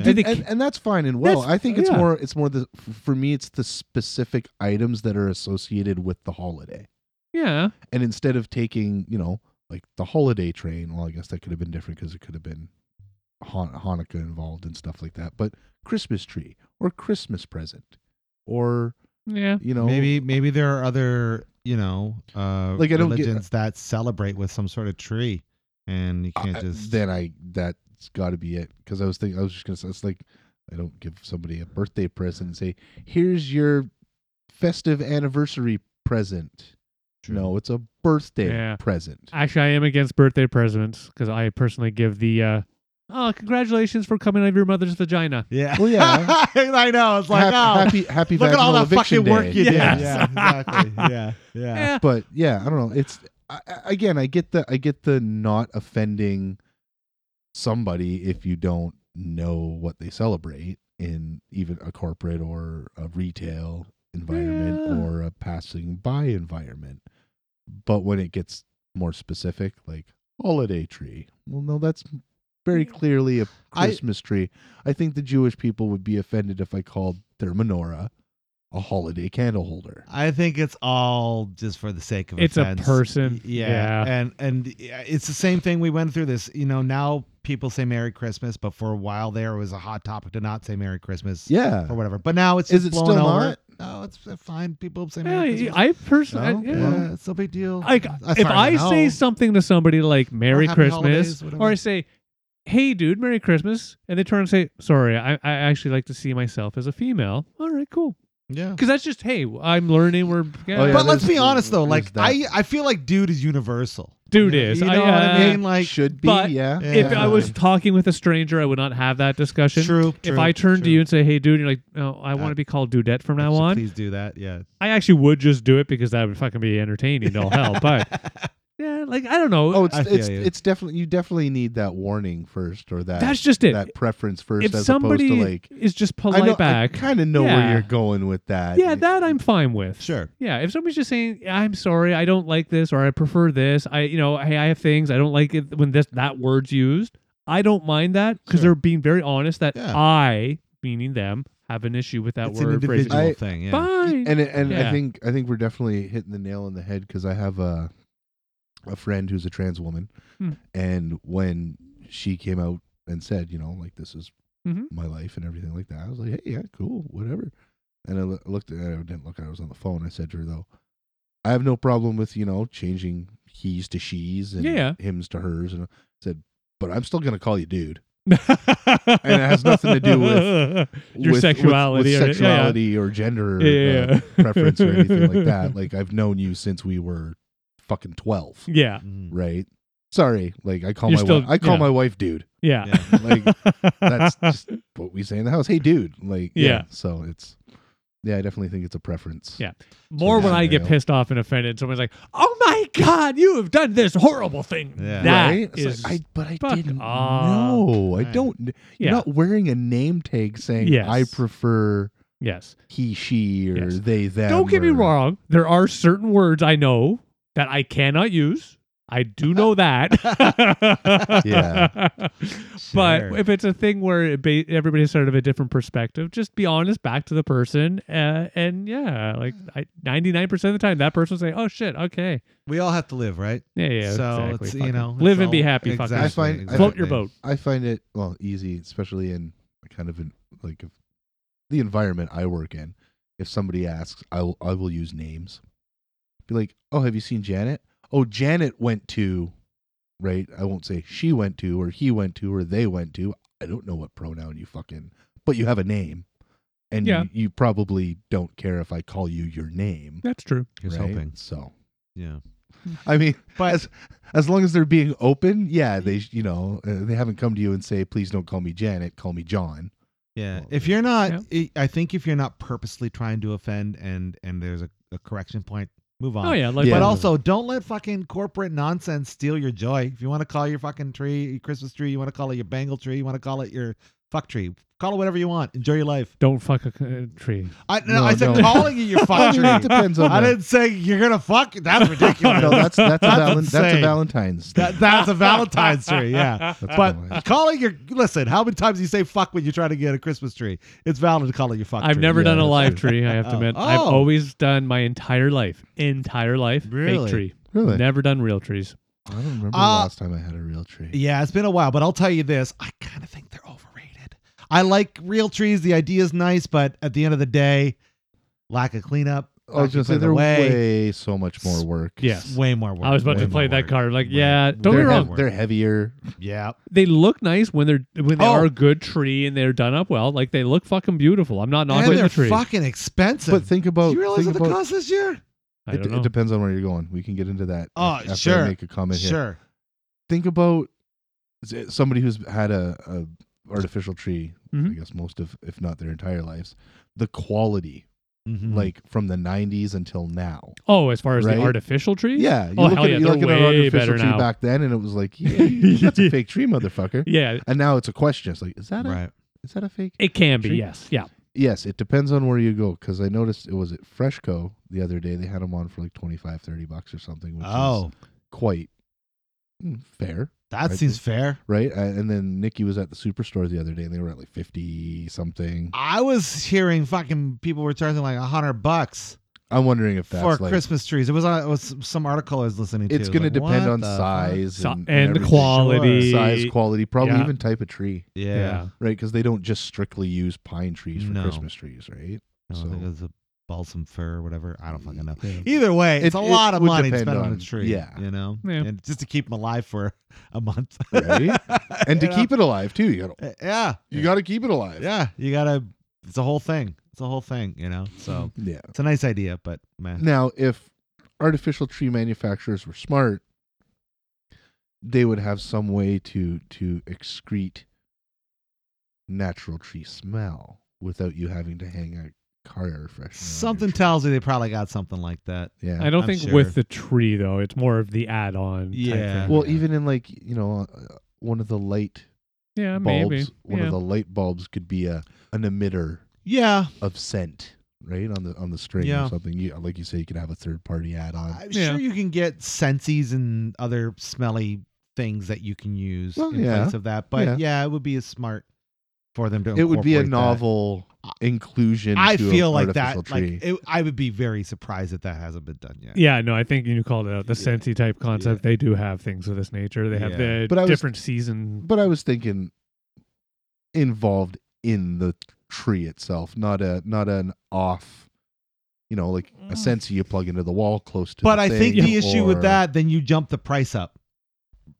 Yeah.
i think
And,
they
and, and that's fine and well.
That's-
I think it's
yeah.
more it's more the for me it's the specific items that are associated with the holiday.
yeah
and instead of taking you know like the holiday train well i guess that could have been different because it could have been Han- hanukkah involved and stuff like that but christmas tree or christmas present or
yeah
you know
Maybe maybe there are other you know uh,
Like, I don't get-
religions that celebrate with some sort of tree, and you can't
I-
just
then i that's got to be it because i was thinking i was just gonna say it's like i don't give somebody a birthday present and say here's your festive anniversary present
True.
no it's a birthday
Yeah.
present
actually i am against birthday presents because i personally give the uh, oh congratulations for coming out of your mother's vagina
Yeah.
Well, yeah.
I know. It's like,
Hap-
oh,
happy happy
look at all
vaginal
that
eviction
fucking work
day.
you did.
Yes.
Yeah, exactly. Yeah, yeah.
Eh,
but yeah, I don't know. It's I, I- again, I get the I get the not offending somebody if you don't know what they celebrate in even a corporate or a retail environment
Yeah.
or a passing by environment. But when it gets more specific, like holiday tree, well, no, that's very clearly a
Mm. I-
Christmas tree. I think the Jewish people would be offended if I called their menorah a holiday candle holder.
I think it's all just for the sake of
it's a
offense.
person
Yeah. And and yeah, it's the same thing we went through this. You know, now people say Merry Christmas, but for a while there it was a hot topic to not say Merry Christmas
Yeah.
or whatever. But now it's
Is
just
it
blown
still
over.
not?
No, it's fine. People say
Yeah,
Merry
I-
Christmas.
I personally,
No?
yeah.
yeah, it's no big deal.
Like,
Uh,
if
sorry,
I
no.
say something to somebody like "Merry
happy
Christmas"
holidays, whatever.
or I say, "Hey, dude, Merry Christmas," and they turn and say, "Sorry, I, I actually like to see myself as a female." All right, cool,
yeah.
because that's just hey, I'm learning. We're yeah,
Oh, yeah,
but let's
there's-
be honest though,
there's
like
that.
I, I feel like dude is universal.
dude
You-
is.
You know
I,
what I
uh,
mean? Like
should be,
but
yeah.
if
If I was
definitely.
talking with a stranger, I would not have that discussion.
true,
if I
turn
turned to you and say, "Hey, dude," you're like, "No, I
Uh,
want to be called Dudette from now
Actually,
on."
Please do that. Yeah.
I actually would just do it because that would fucking be entertaining to all hell. But yeah, like I don't know.
Oh, it's
I feel
it's,
you.
it's definitely you definitely need that warning first or that
that's just it.
that preference first
if
as
somebody
opposed to like
is just
I
polite
know,
back,
I kind of know where
Yeah.
you're going with that.
yeah, that I'm fine with.
sure.
Yeah, if somebody's just saying, "I'm sorry, I don't like this," or "I prefer this," I you know, hey, I have things I don't like it when this that word's used. I don't mind that because
Sure.
they're being very honest that
Yeah.
I, meaning them, have an issue with that
it's an
word. phrase.
individual
I-
thing. Yeah.
Fine.
and it, and I
Yeah.
think I think we're definitely hitting the nail on the head because I have a a friend who's a trans woman,
Hmm.
and when she came out and said, you know, like this is
Mhm.
my life and everything like that, I was like, hey, yeah, cool, whatever. And I loo- looked at, I didn't look at, her, I was on the phone. I said to her though, I have no problem with you know changing he's to she's and
Yeah.
hims to hers, and I said, but I'm still gonna call you dude. it has nothing to do with-
Your sexuality
with
or- yeah, yeah.
sexuality or gender, or,
yeah, yeah,
uh,
yeah.
preference or anything like that. Like I've known you since we were fucking twelve,
yeah,
Mhm.
right? Sorry, like I call
You're
my
still-
wife, I call
yeah.
my wife dude.
yeah,
Yeah,
like, That's just what we say in the house. Hey, dude, like yeah.
Yeah.
So it's yeah, I definitely think it's a preference.
Yeah. More when I get
scenario.
pissed off and offended. Someone's like, "Oh my god, you have done this horrible thing."
Yeah.
That
right? It's like,
is-
I, but I
fuck
didn't
off.
know. I
Right.
don't.
Yeah.
You're not wearing a name tag saying
Yes.
I prefer
yes.
he, she, or
Yes.
they, them.
Don't get me
or-
wrong. There are certain words I know that I cannot use. I do know that.
Yeah.
But
Sure.
if it's a thing where it ba- everybody's sort of a different perspective, just be honest back to the person. Uh, and yeah, like I, 99% of the time, that person will say, oh shit, okay.
we all have to live, right?
Yeah, yeah.
so
exactly.
it's
Fucking
you know,
live
it's
and be
all-
happy. fuckers.
Exactly,
I find- I
Float your
exactly.
boat.
I find it well easy, especially in kind of in, like if the environment I work in. If somebody asks, I will I will use names. Be like, oh, have you seen Janet? Oh, Janet went to, right? I won't say she went to or he went to or they went to. I don't know what pronoun you fucking, but you have a name. and
Yeah.
you, you probably don't care if I call you your name.
That's true.
Here's
right?
hoping.
So
Yeah.
I mean,
But-
as as long as they're being open, yeah, they sh- you know uh, they haven't come to you and say, please don't call me Janet, call me John.
Yeah.
Well,
If you're not, I I think if you're not purposely trying to offend and and there's a, a correction point, move on.
Oh yeah, like
Yeah.
But
but
also, don't let fucking corporate nonsense steal your joy. If you want to call your fucking tree your Christmas tree, you want to call it your bangle tree, you want to call it your fuck tree, call it whatever you want. Enjoy your life.
don't fuck a c- a tree.
I, no,
No,
I said
no.
calling it your
I
fuck
mean,
tree.
it depends on.
I
the-
didn't say you're gonna fuck. That's ridiculous.
no, that's that's a, valen- that's a
insane.
Valentine's. Day.
That- that's a Valentine's tree. Yeah.
That's one way.
But calling your listen, how many times do you say fuck when you try to get a Christmas tree? It's valid to call it your fuck.
I've
tree.
never
Yeah,
done a
that's
live
true.
tree. I have to
Oh.
admit, I've
Oh.
always done my entire life, entire life,
Really?
fake tree.
really,
Never done real trees.
I don't remember the
Uh,
last time I had a real tree.
Yeah, it's been a while, but I'll tell you this: I kind of think they're overrated. I like real trees. The idea is nice, but at the end of the day, lack of cleanup.
I was
lack
gonna
of
say
putting
they're way,
away,
so much more work.
Yes.
way more work.
I was about
way
to
more
play that
work.
card. Like,
Way more
yeah, don't
they're,
get me
heav-
wrong.
they're heavier.
Yeah,
They look nice when they're when they
Oh.
are a good tree and they're done up well. Like they look fucking beautiful. I'm not knocking
and they're
the tree.
fucking expensive.
But think about
do you realize
think
what the
about-
cost this year?
I
It,
don't
d-
know.
it depends on where you're going. We can get into that.
Oh,
af- after
sure.
I make a comment here.
Sure.
Think about s- eh, somebody who's had a, a artificial tree. I
Mhm.
guess most of, if not their entire lives, the quality
Mhm.
Mm-hmm.
like from the 90s until now.
oh, as far as
Right?
the artificial trees.
Yeah, you
Oh,
look
hell
at,
yeah,
you
they're
look at an
way
artificial
better
tree
now.
back then, and it was like, yeah, that's a fake tree, motherfucker.
yeah.
And now it's a question. It's like, is that a
right.
is that a fake?
It can be.
Tree?
Yes. Yeah.
Yes, it depends on where you go. Because I noticed it was at Freshco the other day. They had them on for like 25, 30 bucks or something, which is
Oh,
quite mm, fair,
that
I
seems fair.
right? Uh, and then Nikki was at the superstore the other day, and they were at like fifty something.
I was hearing fucking people were charging like a hundred bucks.
I'm wondering if that's
for
like
Christmas trees. It was on it was some article I was listening
it's
to.
going
Like,
to
what
depend on
the fuck?
size
So-
and,
and the
everything.
quality.
uh, size, quality, probably
Yeah.
even type of tree.
Yeah,
right? Because they don't just strictly use pine trees for
No.
Christmas trees, right?
No, I think it was a balsam fir or whatever. I don't fucking know.
Yeah.
Either way, it's
It-
a
it
lot of
would
money to
depend
spend on, a
on-
tree.
yeah.
you know,
Yeah.
and just to keep them alive for a month,
Right? and to
You know? Eh,
keep it alive too, you gotta
yeah, Eh,
you gotta keep it alive.
yeah, you gotta. It's a whole thing. It's a whole thing. You know, so
yeah.
it's a nice idea, but
Mm-hmm.
man,
Now, if artificial tree manufacturers were smart, they would have some way to to excrete natural tree smell without you having to hang a car air freshener. on your
something
tree.
tells me they probably got something like that.
Yeah.
I don't
I'm
think
sure.
with the tree though. It's more of the add-on.
Yeah.
Type thing.
well,
Yeah.
even in like you know uh, one of the light
yeah.
bulbs,
Uh, Maybe.
one
Yeah.
of the light bulbs could be a an emitter.
Yeah,
of scent, right? On the on the string
Yeah.
or something. You, like you say, you could have a third party add on.
I'm
Yeah.
sure you can get sensies and other smelly things that you can use
Well,
in
yeah.
place of that. But
Yeah.
yeah. it would be a smart for them to.
It would be a
incorporate that.
novel inclusion.
I
to a
feel like that.
artificial Tree.
Like it, I would be very surprised if that hasn't been done yet.
Yeah, no, I think you called it out. The
Yeah.
Sensi type concept, they do have things of this nature. They have
Yeah.
the
But I was-
different season.
but I was thinking involved in the tree itself, not a not an off. You know, like a
Mm.
sensor you plug into the wall close to.
But
the
I think
thing,
the issue
or-
with that, then you jump the price up,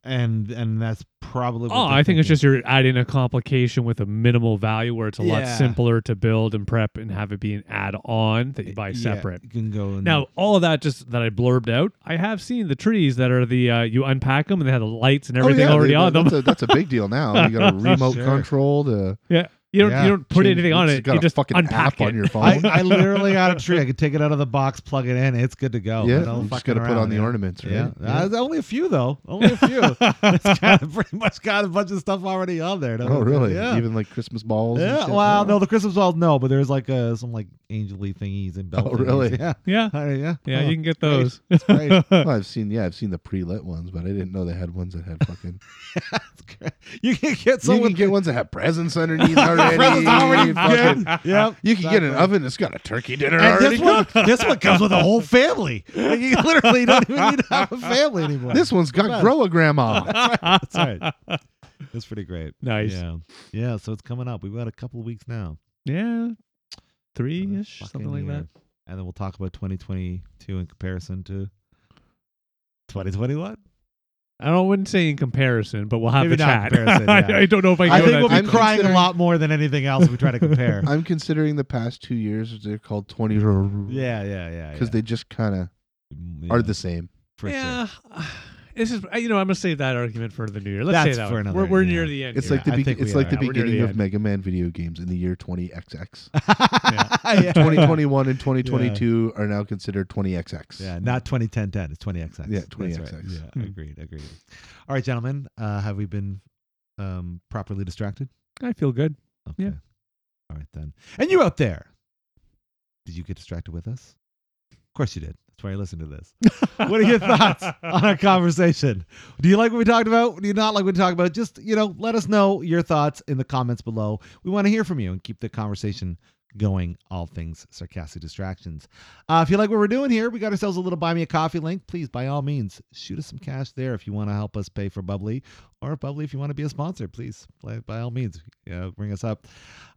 and and that's probably. What
Oh,
they're
I think it's
thinking.
just you're adding a complication with a minimal value where it's a lot
Yeah.
simpler to build and prep and have it be an add on that you buy
Yeah,
separate.
you can go in
Now, all of that just that I blurbed out, I have seen the trees that are the, uh, you unpack them and they have the lights and
Oh,
everything
yeah,
already
they-
on them.
that's A, that's a big deal now. You got a remote
Sure.
control to
yeah. You don't,
Yeah.
you don't put
change-
anything on
it's
it.
Got
You
a
just
fucking
unpack
app
it. Oh,
on your phone.
I, I literally got a tree. I could take it out of the box, plug it in. It's good to go.
yeah,
I don't
you just
fucking
gotta put on
around,
the
yeah.
ornaments, right?
Yeah, Uh, only a few though. Only a few. it's kind of pretty much got a bunch of stuff already on there. doesn't
Oh,
it?
really?
Yeah.
Even like Christmas balls? and
yeah.
shit?
Well,
Oh.
no, the Christmas balls, no, but there's like uh, some like angely thingies and bell.
Oh,
thingies.
really?
Yeah.
yeah.
All right, yeah.
Yeah,
Oh,
you can get
great.
those.
great.
Well, I've seen, yeah, I've seen the pre-lit ones, but I didn't know they had ones that had fucking.
That's great. You can get
you
someone.
can get ones that have presents underneath already.
presents already
fucking-
good. Yep.
You can get an
Exactly.
oven that's got a turkey dinner
And
already.
this one, this one comes with a whole family. Like you literally don't even need to have a family anymore.
This one's got
Yes.
grow a grandma.
that's right. That's pretty great.
Nice.
Yeah. Yeah. So it's coming up. We've got a couple of weeks now.
Yeah, three
Another
ish, something
fucking
like
uh,
year.
that.
And then we'll talk about 2022 in comparison to 2021.
I don't wouldn't say in comparison, but we'll have
Maybe
a
not in
chat.
comparison,
I-
yeah.
I don't know if I can.
I
go
think
that
we'll be
deep.
I'm
crying a
considering-
lot more than anything else if we try to compare.
I'm considering the past two years they're called twenty because
yeah, yeah, yeah. Mm,
they just kind of
they
are the same.
for sure.
yeah. This is you know I'm gonna save that argument for the new year. Let's
That's
say that
for
one.
another-
We're, we're
yeah.
near the end.
It's
here.
like the
I
be-
think we
it's like
are.
the
We're near the
beginning of
end.
Mega Man video games in the year 20XX.
yeah.
2021 and 2022 are now considered 20XX.
Yeah, not 201010. It's 20XX.
Yeah,
That's
20XX.
right. Yeah,
Hmm.
agreed, agreed. All right, gentlemen, uh, have we been um, properly distracted?
I feel good.
Okay.
Yeah.
All right, then. And you out there, did you get distracted with us? Of course you did. That's why you listen to this. what are your thoughts on our conversation? Do you like what we talked about? Do you not like what we talked about? Just, you know, let us know your thoughts in the comments below. We want to hear from you and keep the conversation going, all things sarcastic distractions. Uh, if you like what we're doing here, we got ourselves a little buy me a coffee link. Please, by all means, shoot us some cash there if you want to help us pay for Bubbly, or Bubbly if you want to be a sponsor. Please, by, by all means, yeah, bring us up.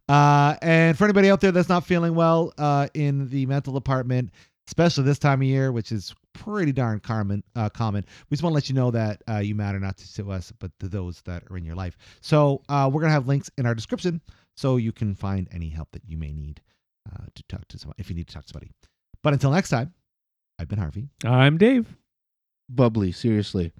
Uh, and for anybody out there that's not feeling well uh, in the mental department, especially this time of year, which is pretty darn common. Uh, common. We just want to let you know that uh, you matter not just to us, but to those that are in your life. So uh, we're gonna have links in our description, so you can find any help that you may need uh, to talk to someone if you need to talk to somebody. But until next time, I've been Harvey.
I'm Dave.
Bubbly, seriously.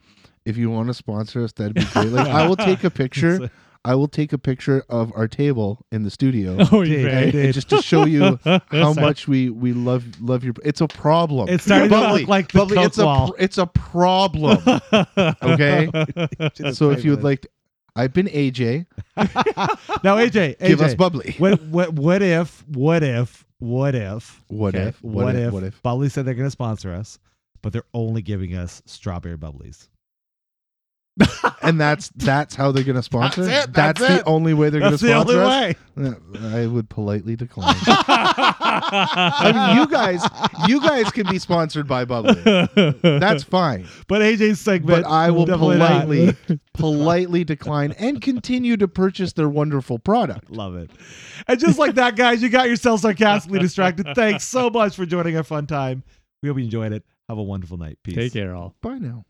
If you want to sponsor us, that'd be great. Like, I will take a picture. I will take a picture of our table in the studio
Oh,
Dave,
you
I
may.
did.
and just to show you how much we we love love your. It's a problem.
It's starting to
Bubbly,
look like the
Bubbly,
Coke
it's a
wall.
pr- it's a problem. Okay. so if you would like, I've been AJ.
now, AJ, AJ
Give us bubbly.
what, what, what if, what if, what if,
What
okay,
if? What, if? What if?
Bubbly said they're going to sponsor us, but they're only giving us strawberry bubblies.
And that's that's how they're gonna sponsor.
That's it, that's
the
it.
only way they're
That's the
gonna
only
sponsor us.
way.
Uh, I would politely decline. I mean, you guys, you guys can be sponsored by bubbly. That's fine.
But AJ's segment.
But I will
definitely not.
politely, politely decline and continue to purchase their wonderful product.
Love it. And just like that, guys, you got yourself sarcastically distracted. Thanks so much for joining our fun time. We hope you enjoyed it. Have a wonderful night. Peace.
Take care, all.
Bye now.